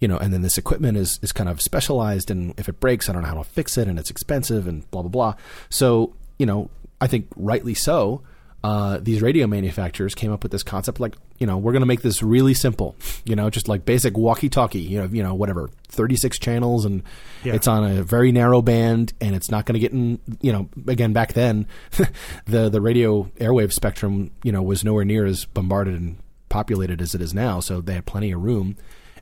C: you know, and then this equipment is, is kind of specialized and if it breaks, I don't know how to fix it and it's expensive and blah, blah, blah. So, you know, I think rightly so, uh, these radio manufacturers came up with this concept like, you know, we're going to make this really simple, you know, just like basic walkie talkie, you know, you know, whatever, 36 channels and
B: Yeah.
C: it's on a very narrow band and it's not going to get in, you know, again, back then the, the radio airwave spectrum, you know, was nowhere near as bombarded and populated as it is now. So they had plenty of room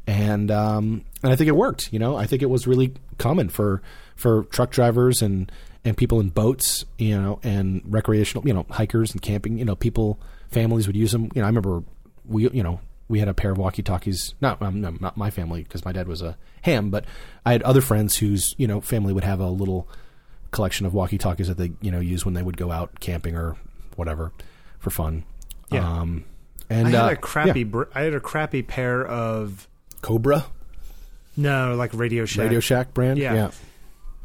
C: and um, and I think it worked. You know, I think it was really common for for truck drivers and and people in boats, you know, and recreational, you know, hikers and camping. You know, people families would use them. You know, I remember we, you know, we had a pair of walkie talkies. Not um, no, not my family because my dad was a ham, but I had other friends whose you know family would have a little collection of walkie talkies that they you know use when they would go out camping or whatever for fun.
B: Yeah.
C: Um, and
B: I had
C: uh,
B: a crappy.
C: yeah.
B: Br- I had a crappy pair of
C: Cobra
B: no, like Radio Shack.
C: Radio Shack brand.
B: Yeah.
C: yeah.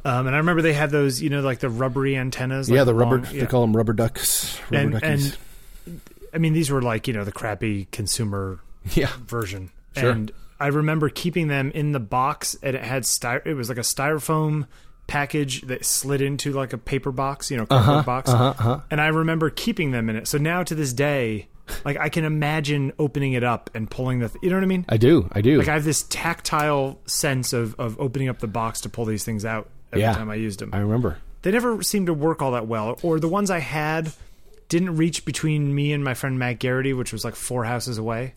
B: Um, and I remember they had those, you know, like the rubbery antennas. like
C: yeah, the rubber.
B: long-
C: They call them rubber ducks. Rubber
B: and,
C: duckies.
B: and I mean, these were like you know the crappy consumer
C: yeah,
B: version.
C: Sure.
B: And I remember keeping them in the box, and it had styro. It was like a styrofoam package that slid into like a paper box, you know, cardboard box.
C: uh huh.
B: And I remember keeping them in it. So now to this day, like I can imagine opening it up and pulling the. Th- you know what I mean?
C: I do, I do.
B: Like I have this tactile sense of of opening up the box to pull these things out every
C: Yeah.
B: time I used them
C: I remember.
B: they never seemed to work all that well, or the ones I had didn't reach between me and my friend Matt Garrity, which was like four houses away.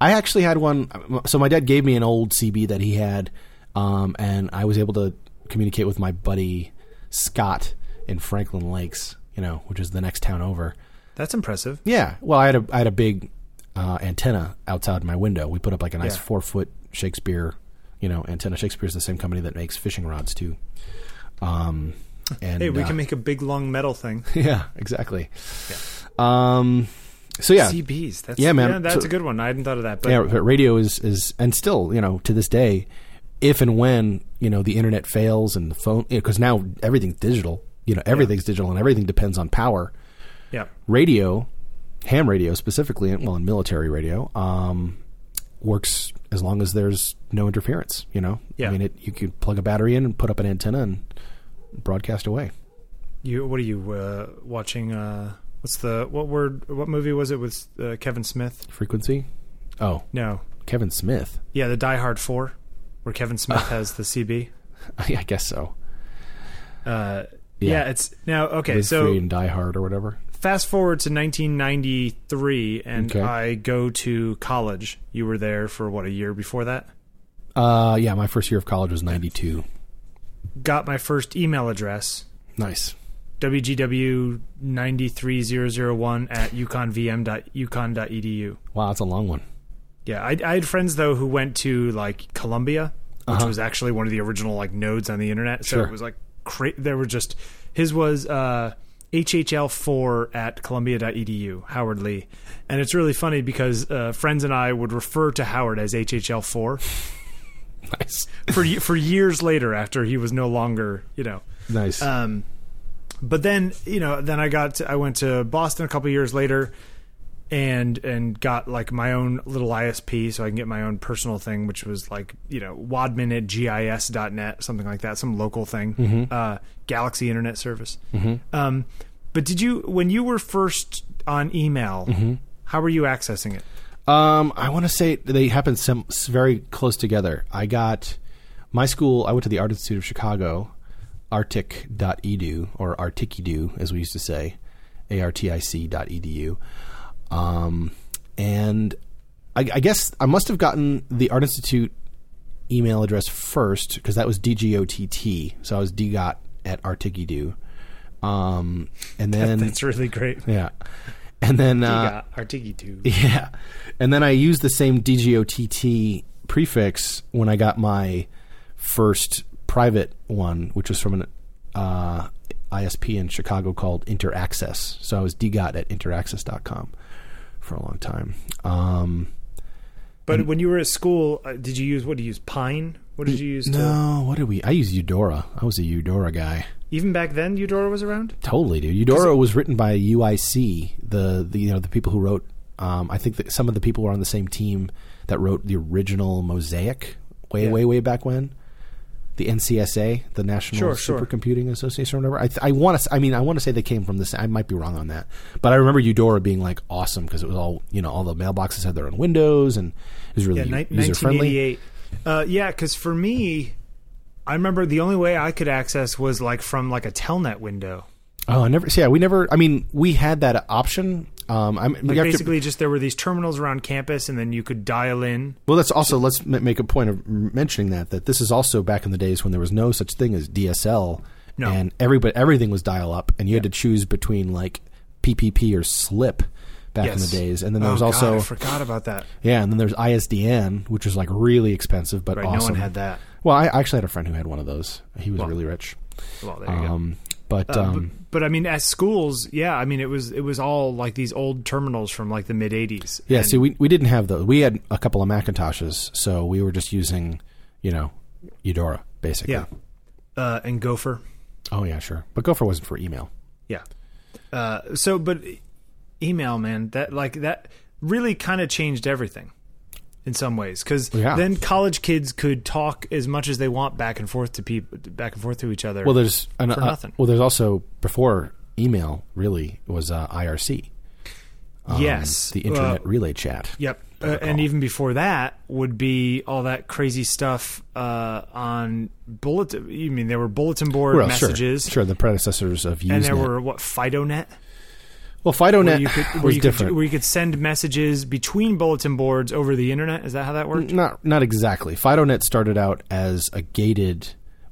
C: I actually had one. So my dad gave me an old CB that he had, um, and I was able to communicate with my buddy Scott in Franklin Lakes, you know, which is the next town over.
B: That's impressive.
C: Yeah. Well, I had a I had a big uh, antenna outside my window. We put up like a nice
B: Yeah.
C: four foot Shakespeare, you know, antenna. Shakespeare's the same company that makes fishing rods too. Um, and
B: Hey, we
C: uh,
B: can make a big long metal thing.
C: yeah, exactly. Um, so yeah,
B: CBs. That's,
C: Yeah, man.
B: that's
C: So-
B: a good one. I hadn't thought of that. But
C: yeah, but radio is is and still, you know, to this day, if and when you know the internet fails and the phone, because now everything's digital. You know, everything's digital and everything depends on power.
B: yeah,
C: Radio, ham radio specifically, and well, and military radio, um, works as long as there's no interference. You know,
B: Yeah.
C: I mean, it, you could plug a battery in and put up an antenna and broadcast away.
B: you. What are you uh, watching? Uh, what's the what word? What movie was it with uh, Kevin Smith?
C: Frequency. Oh,
B: No,
C: Kevin Smith.
B: yeah, the Die Hard Four, where Kevin Smith has the CB.
C: I guess so.
B: Uh, yeah.
C: Yeah.
B: it's now okay.
C: Live
B: so
C: free and die hard or whatever.
B: fast forward to 1993 and
C: Okay.
B: i go to college you were there for what a year before that
C: Uh, yeah, my first year of college was '92.
B: got my first email address
C: Nice.
B: wgw93001 at E uconvm.uconn.edu
C: Wow, that's a long one.
B: yeah I, I had friends though who went to like columbia which was actually one of the original like nodes on the internet so
C: Uh-huh. Sure.
B: it was like cra- there were just his was uh HHL4 at columbia.edu, Howard Lee. And it's really funny because uh, friends and I would refer to Howard as HHL4
C: Nice.
B: for ye- for years later after he was no longer you know
C: Nice.
B: um but then you know then i got to, i went to boston a couple years later and and got like my own little isp so i can get my own personal thing which was like you know wadman at gis.net something like that some local thing
C: Mm-hmm.
B: uh galaxy internet service um but did you when you were first on email
C: Mm-hmm.
B: how were you accessing it
C: um, I want to say they happened some s- very close together. I got my school. I went to the Art Institute of Chicago, arctic.edu or articedu as we used to say, a r t i c dot edu. Um, and I, I guess I must have gotten the Art Institute email address first because that was dgott. So I was dgot at articedu. Um, and uh, then
B: that's really great
C: Yeah. And then
B: you
C: uh,
B: got artiki too
C: yeah. And then I used the same DGOTT prefix when I got my first private one, which was from an uh, ISP in Chicago called InterAccess. So I was DGOT at interaccess.com for a long time. Um,
B: But when you were at school, uh, did you use what? Did you use Pine? What did you use? To,
C: No, what did we? I used Eudora. I was a Eudora guy.
B: even back then, Eudora was around.
C: Totally, dude. Eudora was written by UIC, the, the you know the people who wrote. Um, I think that some of the people were on the same team that wrote the original Mosaic way
B: Yeah.
C: way way back when. The NCSA, the National
B: Sure, sure.
C: Supercomputing Association, or whatever. I, th- I want to. I mean, I want to say they came from this. I might be wrong on that, but I remember Eudora being like awesome because it was all you know. All the mailboxes had their own windows, and it was really
B: Yeah, ni-
C: user friendly.
B: 1988. Uh, yeah, because for me, I remember the only way I could access was like from like a Telnet window.
C: Oh, I never. so Yeah, we never. I mean, we had that option. Um, I'm we
B: Like
C: have to-
B: basically, just there were these terminals around campus, and then you could dial in.
C: Well, that's also let's m- make a point of m- mentioning that that this is also back in the days when there was no such thing as DSL,
B: No.
C: and everybody everything was dial up, and you had to choose between like PPP or SLIP back in
B: Yes.
C: the days, and then there
B: Oh,
C: was
B: God,
C: also
B: I forgot about that.
C: yeah, and then there's ISDN, which was like really expensive but
B: Right,
C: awesome.
B: no one had that.
C: Well, I actually had a friend who had one of those. He was
B: Well,
C: really rich,
B: Well, there you go.
C: um, but
B: Uh,
C: um,
B: but, but I mean, at schools, yeah, I mean, it was it was all like these old terminals from like the mid '80s.
C: Yeah,
B: And-
C: see, we we didn't have those. We had a couple of Macintoshes, so we were just using, you know, Eudora basically.
B: yeah, uh, and Gopher,
C: Oh yeah, sure. But Gopher wasn't for email.
B: yeah. Uh, so, but email, man, that like that really kind of changed everything in some ways because
C: Yeah.
B: then college kids could talk as much as they want back and forth to people, back and forth to each other.
C: Well, there's an,
B: For
C: uh,
B: nothing.
C: well, there's also before email really was uh, IRC. um,
B: yes,
C: the
B: Uh,
C: Internet Relay Chat.
B: Yep. Uh, and
C: call.
B: even before that would be all that crazy stuff uh, on bulletin. You mean there were bulletin board
C: Well, sure,
B: messages,
C: sure, the predecessors of Usenet.
B: and there were what FidoNet, where
C: well, FidoNet
B: you could where
C: was
B: you
C: different.
B: could, where you could send messages between bulletin boards over the internet. Is that how that worked?
C: not not exactly. FidoNet started out as a gated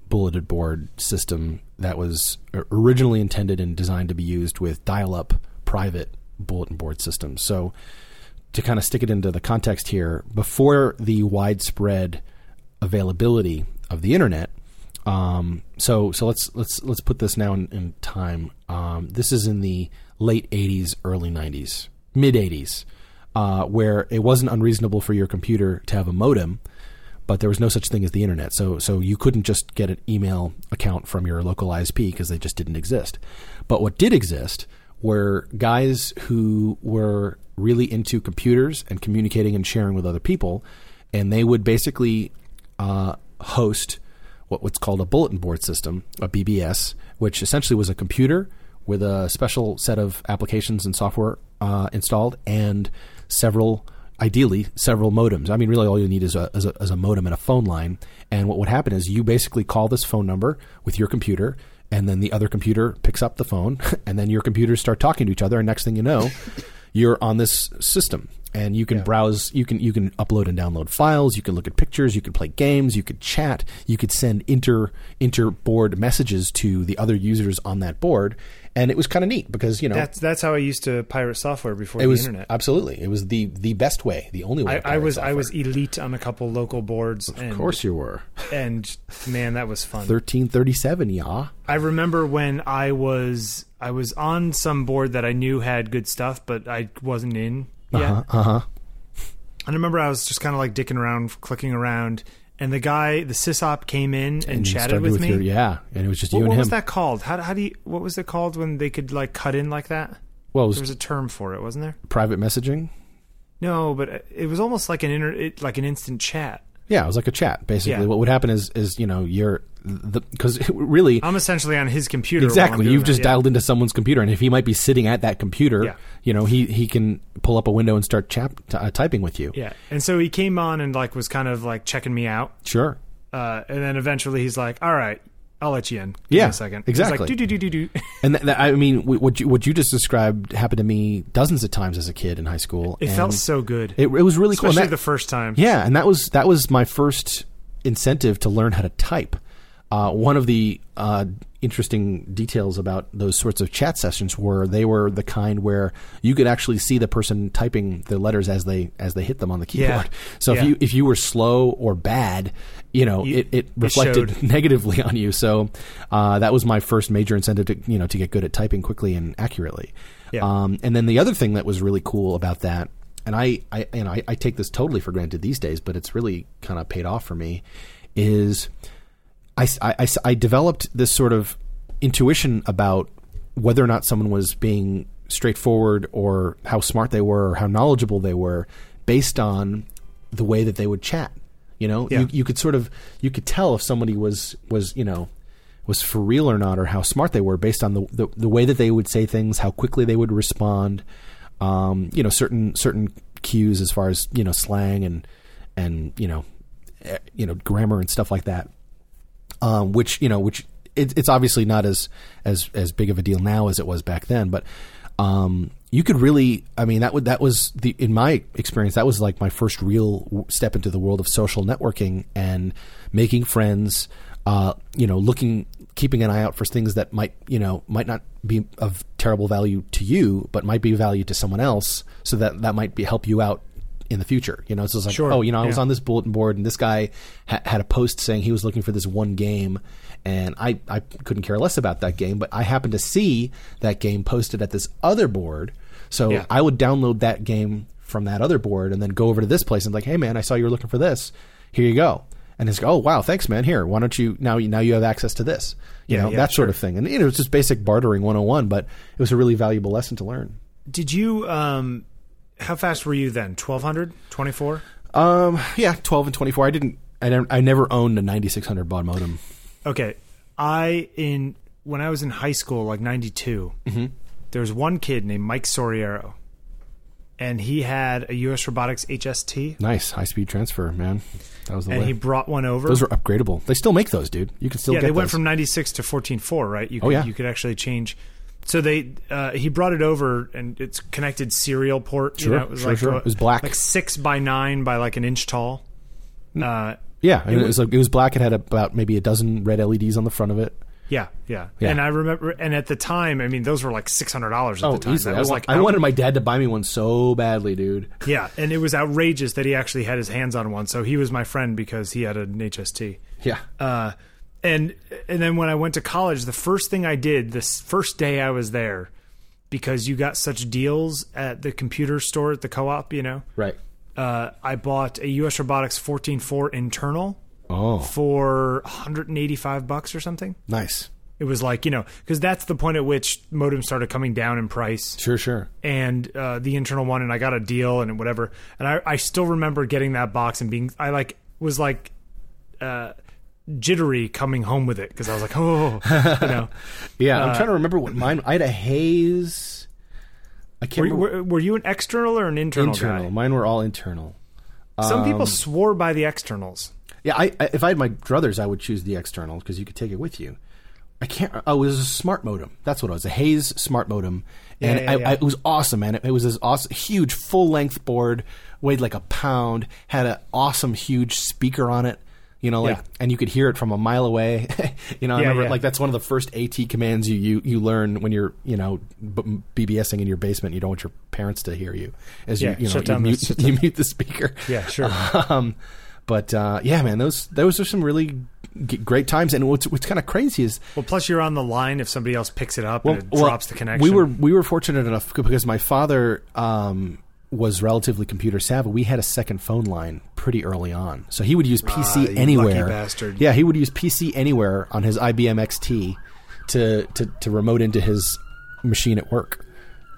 C: bulleted board system that was o- originally intended and designed to be used with dial-up private bulletin board systems. So to kind of stick it into the context here, before the widespread availability of the internet, um, so so let's let's let's put this now in, in time. Um, this is in the late '80s, early '90s, mid '80s, uh, where it wasn't unreasonable for your computer to have a modem, but there was no such thing as the internet. So so you couldn't just get an email account from your local ISP because they just didn't exist. But what did exist were guys who were really into computers and communicating and sharing with other people, and they would basically uh, host what, what's called a bulletin board system, a BBS, which essentially was a computer with a special set of applications and software uh, installed and several, ideally, several modems. I mean, really, all you need is a, is, a, is a modem and a phone line. And what would happen is you basically call this phone number with your computer. And then the other computer picks up the phone, and then your computers start talking to each other. And next thing you know, you're on this system and you can browse you can you can upload and download files you can look at pictures you can play games you could chat you could send inter inter board messages to the other users on that board and it was kind of neat because you know
B: That's that's how I used to pirate software before
C: it
B: the
C: was
B: internet.
C: absolutely it was the the best way the only
B: I,
C: way to
B: I
C: pirate
B: was I
C: software.
B: was elite on a couple local boards, and,
C: of course you were
B: and man, that was fun.
C: 1337 yeah
B: I remember when I was I was on some board that I knew had good stuff, but I wasn't in yet.
C: uh-huh
B: And I remember I was just kind of like dicking around, clicking around, and the guy, the sysop, came in and,
C: you
B: chatted
C: started
B: with, me.
C: your, yeah and it was just
B: what
C: you and
B: what
C: him
B: was that called? How, how do you? What was it called when they could like cut in like that?
C: well it
B: There
C: was
B: was a term for it, wasn't there?
C: private messaging
B: No, but it was almost like an inter, it, like an instant chat.
C: yeah it was like a chat basically
B: Yeah.
C: what would happen is is you know you're the because really
B: I'm essentially on his computer. while I'm
C: Exactly.
B: doing
C: You've
B: that,
C: just
B: yeah.
C: dialed into someone's computer, and if he might be sitting at that computer,
B: Yeah.
C: you know, he, he can pull up a window and start chap- t- uh, typing with you.
B: Yeah, and so he came on and like was kind of like checking me out.
C: Sure.
B: Uh, and then eventually he's like, "All right, I'll let you in." Give
C: Yeah,
B: me a second.
C: exactly.
B: do do do do.
C: And th- th- I mean, wh- what you, what you just described happened to me dozens of times as a kid in high school.
B: It
C: and
B: felt so good,
C: It, it was really cool.
B: especially
C: And that-
B: the first time.
C: Yeah, and that was that was my first incentive to learn how to type. Uh, one of the uh, interesting details about those sorts of chat sessions were they were the kind where you could actually see the person typing the letters as they as they hit them on the
B: Yeah.
C: keyboard. So if
B: Yeah.
C: you if you were slow or bad, you know
B: You-
C: it, it
B: it
C: reflected
B: showed.
C: negatively on you. So uh, that was my first major incentive to you know to get good at typing quickly and accurately.
B: Yeah.
C: Um, and then the other thing that was really cool about that and I, I and I, I take this totally for granted these days, but it's really kind of paid off for me. Is I, I, I developed this sort of intuition about whether or not someone was being straightforward or how smart they were or how knowledgeable they were based on the way that they would chat. You know,
B: Yeah.
C: you, you could sort of you could tell if somebody was was you know was for real or not or how smart they were based on the the, the way that they would say things, how quickly they would respond. Um, you know, certain certain cues as far as you know slang and and you know eh, you know grammar and stuff like that um, which you know, which it, it's obviously not as as as big of a deal now as it was back then. But um, you could really, I mean, that would that was the in my experience, that was like my first real w- step into the world of social networking and making friends. Uh, you know, looking, keeping an eye out for things that might you know might not be of terrible value to you, but might be of value to someone else, so that that might be help you out in the future. You know, so it's like,
B: Sure.
C: oh, you know, I was
B: Yeah.
C: on this bulletin board, and this guy ha- had a post saying he was looking for this one game, and I, I couldn't care less about that game, but I happened to see that game posted at this other board, so
B: Yeah.
C: I would download that game from that other board and then go over to this place and be like, hey man, I saw you were looking for this, here you go, and it's oh wow, thanks man, here, why don't you now you now you have access to this, you
B: Yeah,
C: know
B: yeah,
C: that sort of thing, and you know it's just basic bartering 101, but it was a really valuable lesson to learn.
B: Did you? Um, how fast were you then? 1200, 24?
C: Um, yeah, twelve and twenty four. I didn't. I don't. I never owned a ninety six hundred baud modem.
B: Okay, I in when I was in high school, like '92,
C: Mm-hmm.
B: there was one kid named Mike Soriero, and he had a U.S. Robotics HST,
C: Nice high speed transfer, man. That was the
B: and
C: way.
B: he brought one over.
C: Those were upgradable. They still make those, dude. You can still
B: yeah,
C: get
B: they went
C: those.
B: from 96 to 14.4, right? You could,
C: Oh, yeah.
B: You could actually change. So they, uh, he brought it over, and it's connected serial port.
C: Sure,
B: you know, it was
C: sure,
B: like
C: sure.
B: a-
C: It was black. Hmm.
B: like six by nine by like an inch tall. Uh,
C: yeah, and it was like, it was black. It had about maybe a dozen red LEDs on the front of it.
B: yeah, yeah,
C: Yeah.
B: And I remember, and at the time, I mean, those were like six hundred dollars at the time. That
C: Oh, I,
B: Oh, was
C: wa-
B: like
C: I
B: out-
C: wanted my dad to buy me one so badly, dude.
B: Yeah, and it was outrageous that he actually had his hands on one. So he was my friend because he had an HST.
C: Yeah,
B: Uh, and and then when I went to college, the first thing I did this first day I was there, because you got such deals at the computer store at the co-op, you know,
C: right.
B: uh, I bought a US Robotics 14.4 internal
C: Oh,
B: for 185 bucks or something.
C: nice.
B: It was like you know because that's the point at which modems started coming down in price
C: Sure, sure.
B: and uh, the internal one, and I got a deal and whatever. And I, I still remember getting that box and being, I like was like uh, jittery coming home with it because I was like, oh, you know,
C: Yeah,
B: Uh,
C: I'm trying to remember what mine. I had a haze. I can't
B: were, you-
C: remember.
B: were, were you an external or an internal,
C: internal. Um, Mine were all internal.
B: guy? Some people swore by the externals.
C: Yeah, I, I if I had my druthers, I would choose the external because you could take it with you. I can't. Oh, it was a smart modem. That's what it was. A Hayes smart modem, and
B: Yeah, yeah,
C: I,
B: yeah.
C: I, it was awesome, man. It, it was this awesome, huge, full length board, weighed like a pound, had an awesome, huge speaker on it. You know, like,
B: Yeah.
C: and you could hear it from a mile away. you know, I
B: Yeah,
C: remember
B: yeah.
C: like that's one of the first AT commands you you, you learn when you're you know b- BBSing in your basement. You don't want your parents to hear you as
B: Yeah,
C: you you know
B: shut
C: you
B: down the-
C: mute,
B: shut
C: you mute the speaker.
B: Yeah, sure.
C: Um, but uh, yeah, man, those those are some really g- great times. And what's what's kind of crazy is
B: Well, plus you're on the line if somebody else picks it up and it drops the connection.
C: we were we were fortunate enough c- because my father um, was relatively computer savvy. We had a second phone line pretty early on, so he would use
B: Ah, you
C: PC
B: lucky
C: anywhere.
B: bastard.
C: Yeah, he would use PC anywhere on his IBM XT to to, to remote into his machine at work.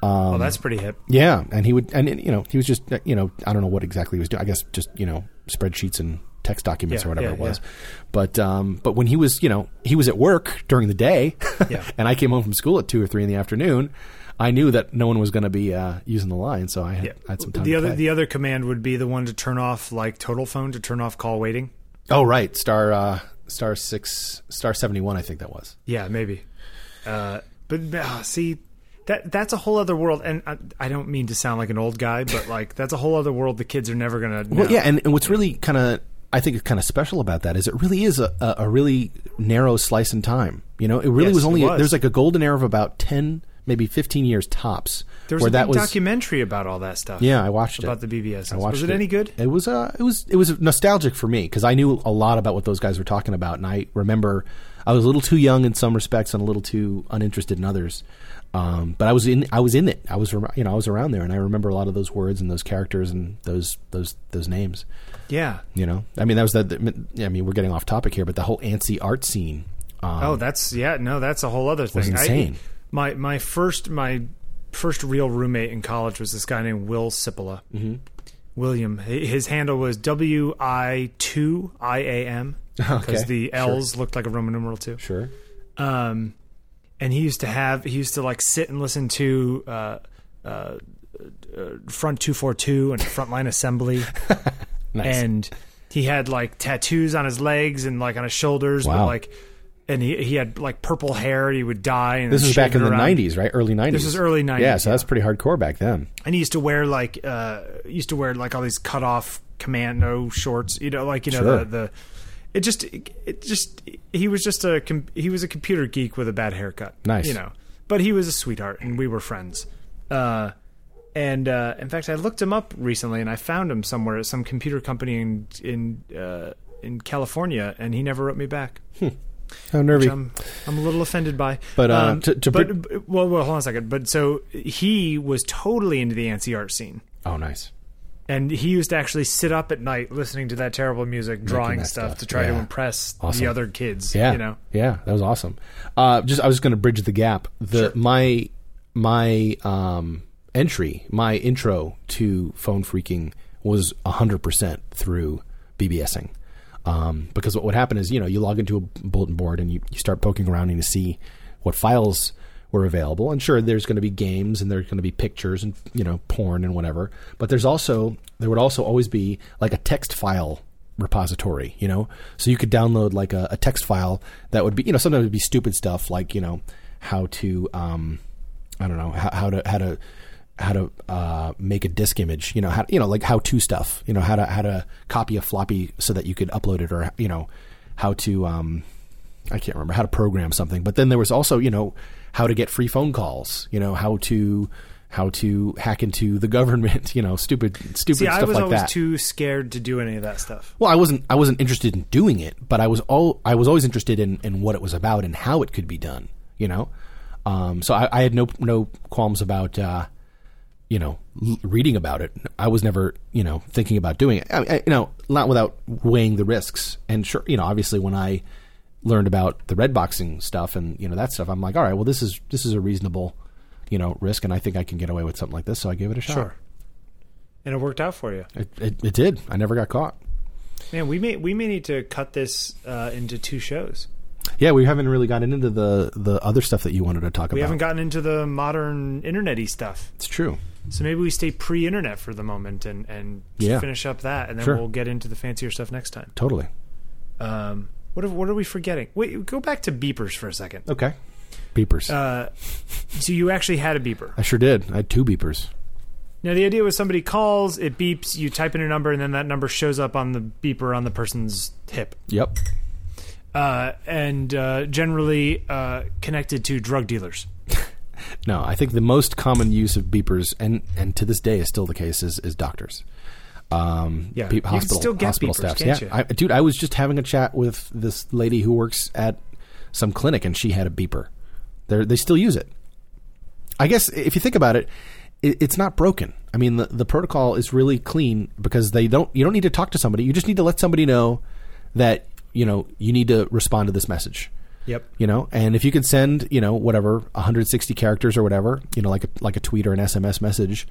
C: um,
B: oh, that's pretty hip.
C: Yeah, and he would, and you know, he was just, you know, I don't know what exactly he was doing. I guess just you know, spreadsheets and text documents
B: Yeah,
C: or whatever
B: yeah,
C: it was.
B: yeah.
C: But um, but when he was, you know, he was at work during the day,
B: Yeah.
C: and I came home from school at two or three in the afternoon. I knew that no one was going to be uh, using the line, so I had,
B: Yeah.
C: I had some time.
B: the
C: to
B: other
C: play.
B: the other command would be the one to turn off like total phone to turn off call waiting.
C: oh right, star uh, star six star seventy one, I think that was.
B: Yeah, maybe. Uh, but uh, see, that that's a whole other world, and I, I don't mean to sound like an old guy, but like that's a whole other world. The kids are never gonna. Know.
C: Well, yeah, and, and what's really kind of I think is kind of special about that is it really is a, a, a really narrow slice in time. You know, it really
B: Yes,
C: was only
B: it was.
C: there's like a golden era of about ten, maybe fifteen years tops,
B: there was
C: where
B: a
C: that
B: big
C: was.
B: documentary about all that stuff.
C: yeah, I watched
B: about
C: it.
B: the BBS.
C: I watched
B: Was it, any good?
C: It was uh, it was it was nostalgic for me because I knew a lot about what those guys were talking about, and I remember I was a little too young in some respects and a little too uninterested in others. Um, but I was in I was in it. I was rem- you know I was around there, and I remember a lot of those words and those characters and those those those names.
B: Yeah.
C: You know, I mean that was the, the I mean we're getting off topic here, but the whole antsy art scene. Um,
B: Oh, that's yeah. No, that's a whole other thing.
C: was insane.
B: I, my my first my first real roommate in college was this guy named Will Sipola. Mm-hmm. William. H- His handle was W I two I A M because
C: Okay,
B: the
C: sure.
B: L's looked like a Roman numeral two.
C: sure.
B: Um, and he used to have he used to like sit and listen to. Uh, uh, uh, front 242 and frontline assembly
C: Nice.
B: and he had like tattoos on his legs and like on his shoulders, but
C: Wow.
B: like, and he he had like purple hair. He would dye. And
C: this
B: then
C: was back
B: shave
C: in
B: it
C: the
B: around.
C: '90s, right? Early '90s.
B: This is early '90s.
C: Yeah, so that's pretty hardcore back then.
B: and he used to wear like uh used to wear like all these cut off commando shorts. You know, like you know
C: Sure.
B: the the. It just, it just, he was just a com- he was a computer geek with a bad haircut.
C: Nice.
B: you know, but he was a sweetheart, and we were friends. Uh, and uh, in fact, I looked him up recently, and I found him somewhere at some computer company in in uh, in California, and he never wrote me back.
C: How nervy.
B: Which I'm, I'm a little offended by. Um,
C: But, uh, to- to br-
B: but but- well, well, hold on a second. But so he was totally into the anti art scene,
C: oh, nice.
B: and he used to actually sit up at night listening to that terrible music, drawing
C: that
B: stuff,
C: stuff.
B: to try to
C: Yeah.
B: impress
C: Awesome.
B: the other kids.
C: Yeah,
B: you know.
C: yeah, that was awesome. Uh, just I was going to bridge the gap. The my my um, entry, my intro to phone freaking was hundred percent through BBSing. Um, because what would happen is, you know, you log into a bulletin board and you, you start poking around and you see what files were available. And sure, there's going to be games and there's going to be pictures and, you know, porn and whatever. But there's also, there would also always be like a text file repository, you know? So you could download like a, a text file that would be, you know, sometimes it would be stupid stuff like, you know, how to, um, I don't know, how, how to, how to, how to uh, make a disk image, you know, how you know, like how to stuff, you know, how to how to copy a floppy so that you could upload it, or you know, how to um, I can't remember how to program something. But then there was also, you know, how to get free phone calls, you know, how to how to hack into the government, you know, stupid stupid
B: See,
C: stuff
B: I was
C: like
B: always
C: that.
B: too scared to do any of that stuff.
C: Well, I wasn't I wasn't interested in doing it, but I was all I was always interested in, in what it was about and how it could be done. You know, um, so I, I had no no qualms about uh, you know l- reading about it. I was never you know thinking about doing it. I, I, you know, not without weighing the risks. And sure, you know, obviously when I learned about the red boxing stuff and you know that stuff, I'm like, all right, well this is this is a reasonable you know risk, and I think I can get away with something like this. So I gave it a shot.
B: Sure. And it worked out for you.
C: It, it, it did. I never got caught.
B: Man, we may we may need to cut this uh, into two shows.
C: Yeah, we haven't really gotten into the the other stuff that you wanted to talk
B: We
C: about.
B: haven't gotten into the modern internety stuff,
C: it's true.
B: so maybe we stay pre-internet for the moment and and
C: Yeah.
B: finish up that, and then
C: Sure.
B: we'll get into the fancier stuff next time.
C: Totally.
B: Um, what are, what are we forgetting? Wait, go back to beepers for a second.
C: Okay. Beepers.
B: Uh, so you actually had a beeper.
C: I sure did. I had two beepers.
B: Now the idea was somebody calls, it beeps, you type in a number, and then that number shows up on the beeper on the person's hip.
C: Yep.
B: uh, and uh, generally uh, connected to drug dealers.
C: No, I think the most common use of beepers, and and to this day is still the case, is, is doctors. Um,
B: Yeah.
C: pe-
B: You can
C: hospital,
B: still get
C: hospital
B: beepers,
C: staffs.
B: can't
C: yeah,
B: you?
C: I, dude, I was just having a chat with this lady who works at some clinic, and she had a beeper. They they still use it. I guess if you think about it, it it's not broken. I mean, the, the protocol is really clean because they don't. You don't need to talk to somebody. You just need to let somebody know that you know you need to respond to this message
B: Yep.
C: you know and if you could send you know whatever 160 characters or whatever you know like a, like a tweet or an sms message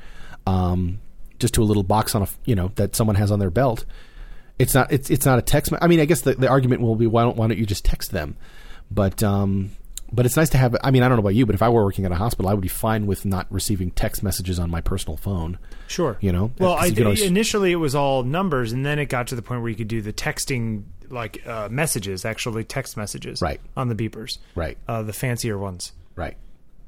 C: um, just to a little box on a f- you know that someone has on their belt it's not it's it's not a text me- i mean i guess the, the argument will be why don't why don't you just text them but um but it's nice to have i mean i don't know about you but if i were working at a hospital i would be fine with not receiving text messages on my personal phone
B: Sure.
C: You know,
B: Well,
C: 'cause
B: I,
C: you can always-
B: initially it was all numbers, and then it got to the point where you could do the texting, like uh, messages, actually text messages,
C: Right.
B: on the beepers,
C: right
B: uh, the fancier ones.
C: right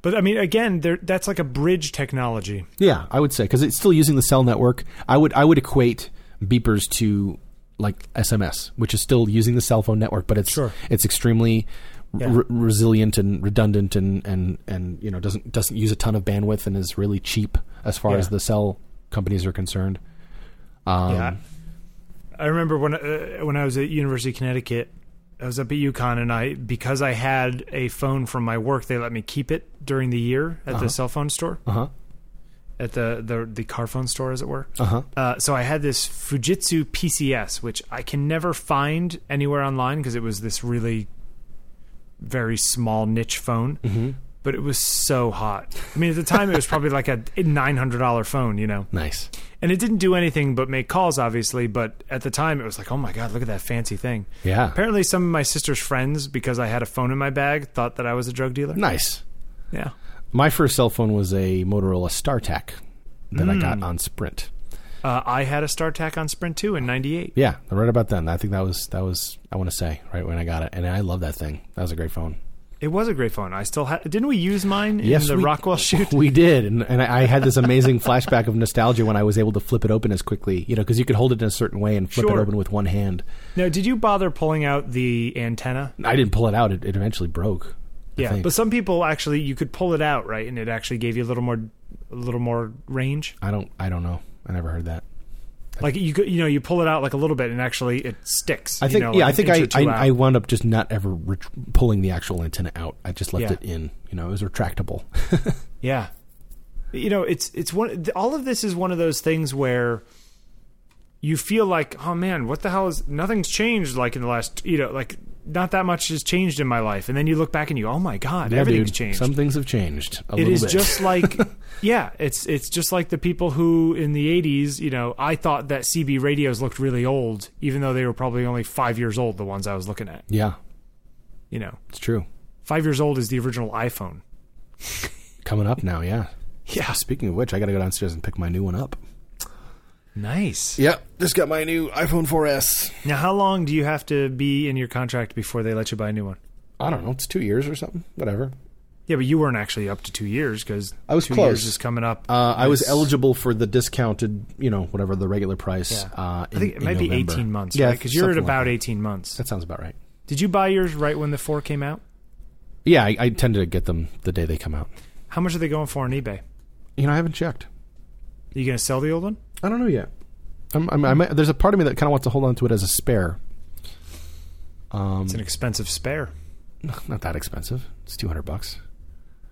B: But I mean, again, there, that's like a bridge technology.
C: Yeah, I would say because it's still using the cell network. I would I would equate beepers to like SMS, which is still using the cell phone network, but it's
B: Sure.
C: it's extremely
B: Yeah.
C: re- resilient and redundant, and, and and you know doesn't doesn't use a ton of bandwidth and is really cheap as far
B: Yeah.
C: as the cell companies are concerned. Um,
B: yeah. I remember when uh, when I was at University of Connecticut, I was up at UConn, and I because I had a phone from my work, they let me keep it during the year at the cell phone store,
C: Uh huh.
B: at the, the the car phone store, as it were.
C: Uh huh.
B: Uh, so I had this Fujitsu PCS, which I can never find anywhere online because it was this really very small niche phone. But it was so hot. I mean, at the time, it was probably like a nine hundred dollar phone, you know,
C: Nice.
B: and it didn't do anything but make calls, obviously. But at the time, it was like, oh my god, look at that fancy thing.
C: Yeah.
B: Apparently, some of my sister's friends, because I had a phone in my bag, thought that I was a drug dealer.
C: Nice.
B: Yeah.
C: My first cell phone was a Motorola StarTAC that I
B: Hmm.
C: got on Sprint.
B: Uh, I had a StarTAC on Sprint 2 in 98.
C: Yeah, right about then. I think that was that was I want to say right when I got it, and I love that thing. That was a great phone.
B: It was a great phone. I still had. Didn't we use mine in
C: Yes,
B: the
C: we-
B: Rockwell shoot?
C: We did, and, and I I had this amazing flashback of nostalgia when I was able to flip it open as quickly, you know, because you could hold it in a certain way and flip
B: Sure.
C: it open with one hand.
B: Now, did you bother pulling out the antenna?
C: I didn't pull it out; it, it eventually broke. I
B: Yeah,
C: think.
B: but some people actually you could pull it out, right? And it actually gave you a little more, a little more range.
C: I don't. I don't know. I never heard that.
B: Like you, could, you know, you pull it out like a little bit, and actually it sticks.
C: I
B: you
C: think.
B: know,
C: yeah,
B: like
C: I
B: an
C: think I,
B: inch or two out.
C: I I wound up just not ever ret- pulling the actual antenna out. I just left
B: Yeah.
C: it in. You know, it was retractable.
B: Yeah. You know, it's it's one th- all of this is one of those things where you feel like, "Oh man, what the hell is nothing's changed like in the last, you know, like not that much has changed in my life." And then you look back and you, "Oh my god,
C: Yeah,
B: everything's
C: dude,
B: changed."
C: Some things have changed. A
B: it
C: little
B: is
C: bit.
B: just like yeah, it's it's just like the people who in the 80s, you know, I thought that CB radios looked really old even though they were probably only 5 years old the ones I was looking at,
C: yeah,
B: you know.
C: it's true.
B: 5 years old is the original iPhone.
C: Coming up now. Yeah.
B: Yeah.
C: Speaking of which, I got to go downstairs and pick my new one up.
B: Nice.
C: Yep, just got my new iPhone 4S.
B: Now, how long do you have to be in your contract before they let you buy a new one?
C: I don't know, it's two years or something. Whatever.
B: Yeah, but you weren't actually up to two years because
C: I was
B: two
C: close.
B: years is coming up.
C: Uh, I was
B: It's-
C: eligible for the discounted, you know, whatever the regular price.
B: Yeah.
C: Uh, in,
B: I think it
C: in
B: might be
C: November.
B: eighteen months.
C: Yeah,
B: Yeah, because you're at
C: something like
B: about
C: that.
B: eighteen months.
C: That sounds about right.
B: Did you buy yours right when the four came out?
C: Yeah, I, I tend to get them the day they come out.
B: How much are they going for on eBay? Are
C: You know, I haven't checked.
B: you going to sell the old one?
C: I don't know yet. I'm, I'm, I'm, there's a part of me that kind of wants to hold on to it as a spare. Um,
B: It's an expensive spare.
C: not that expensive. It's two hundred bucks.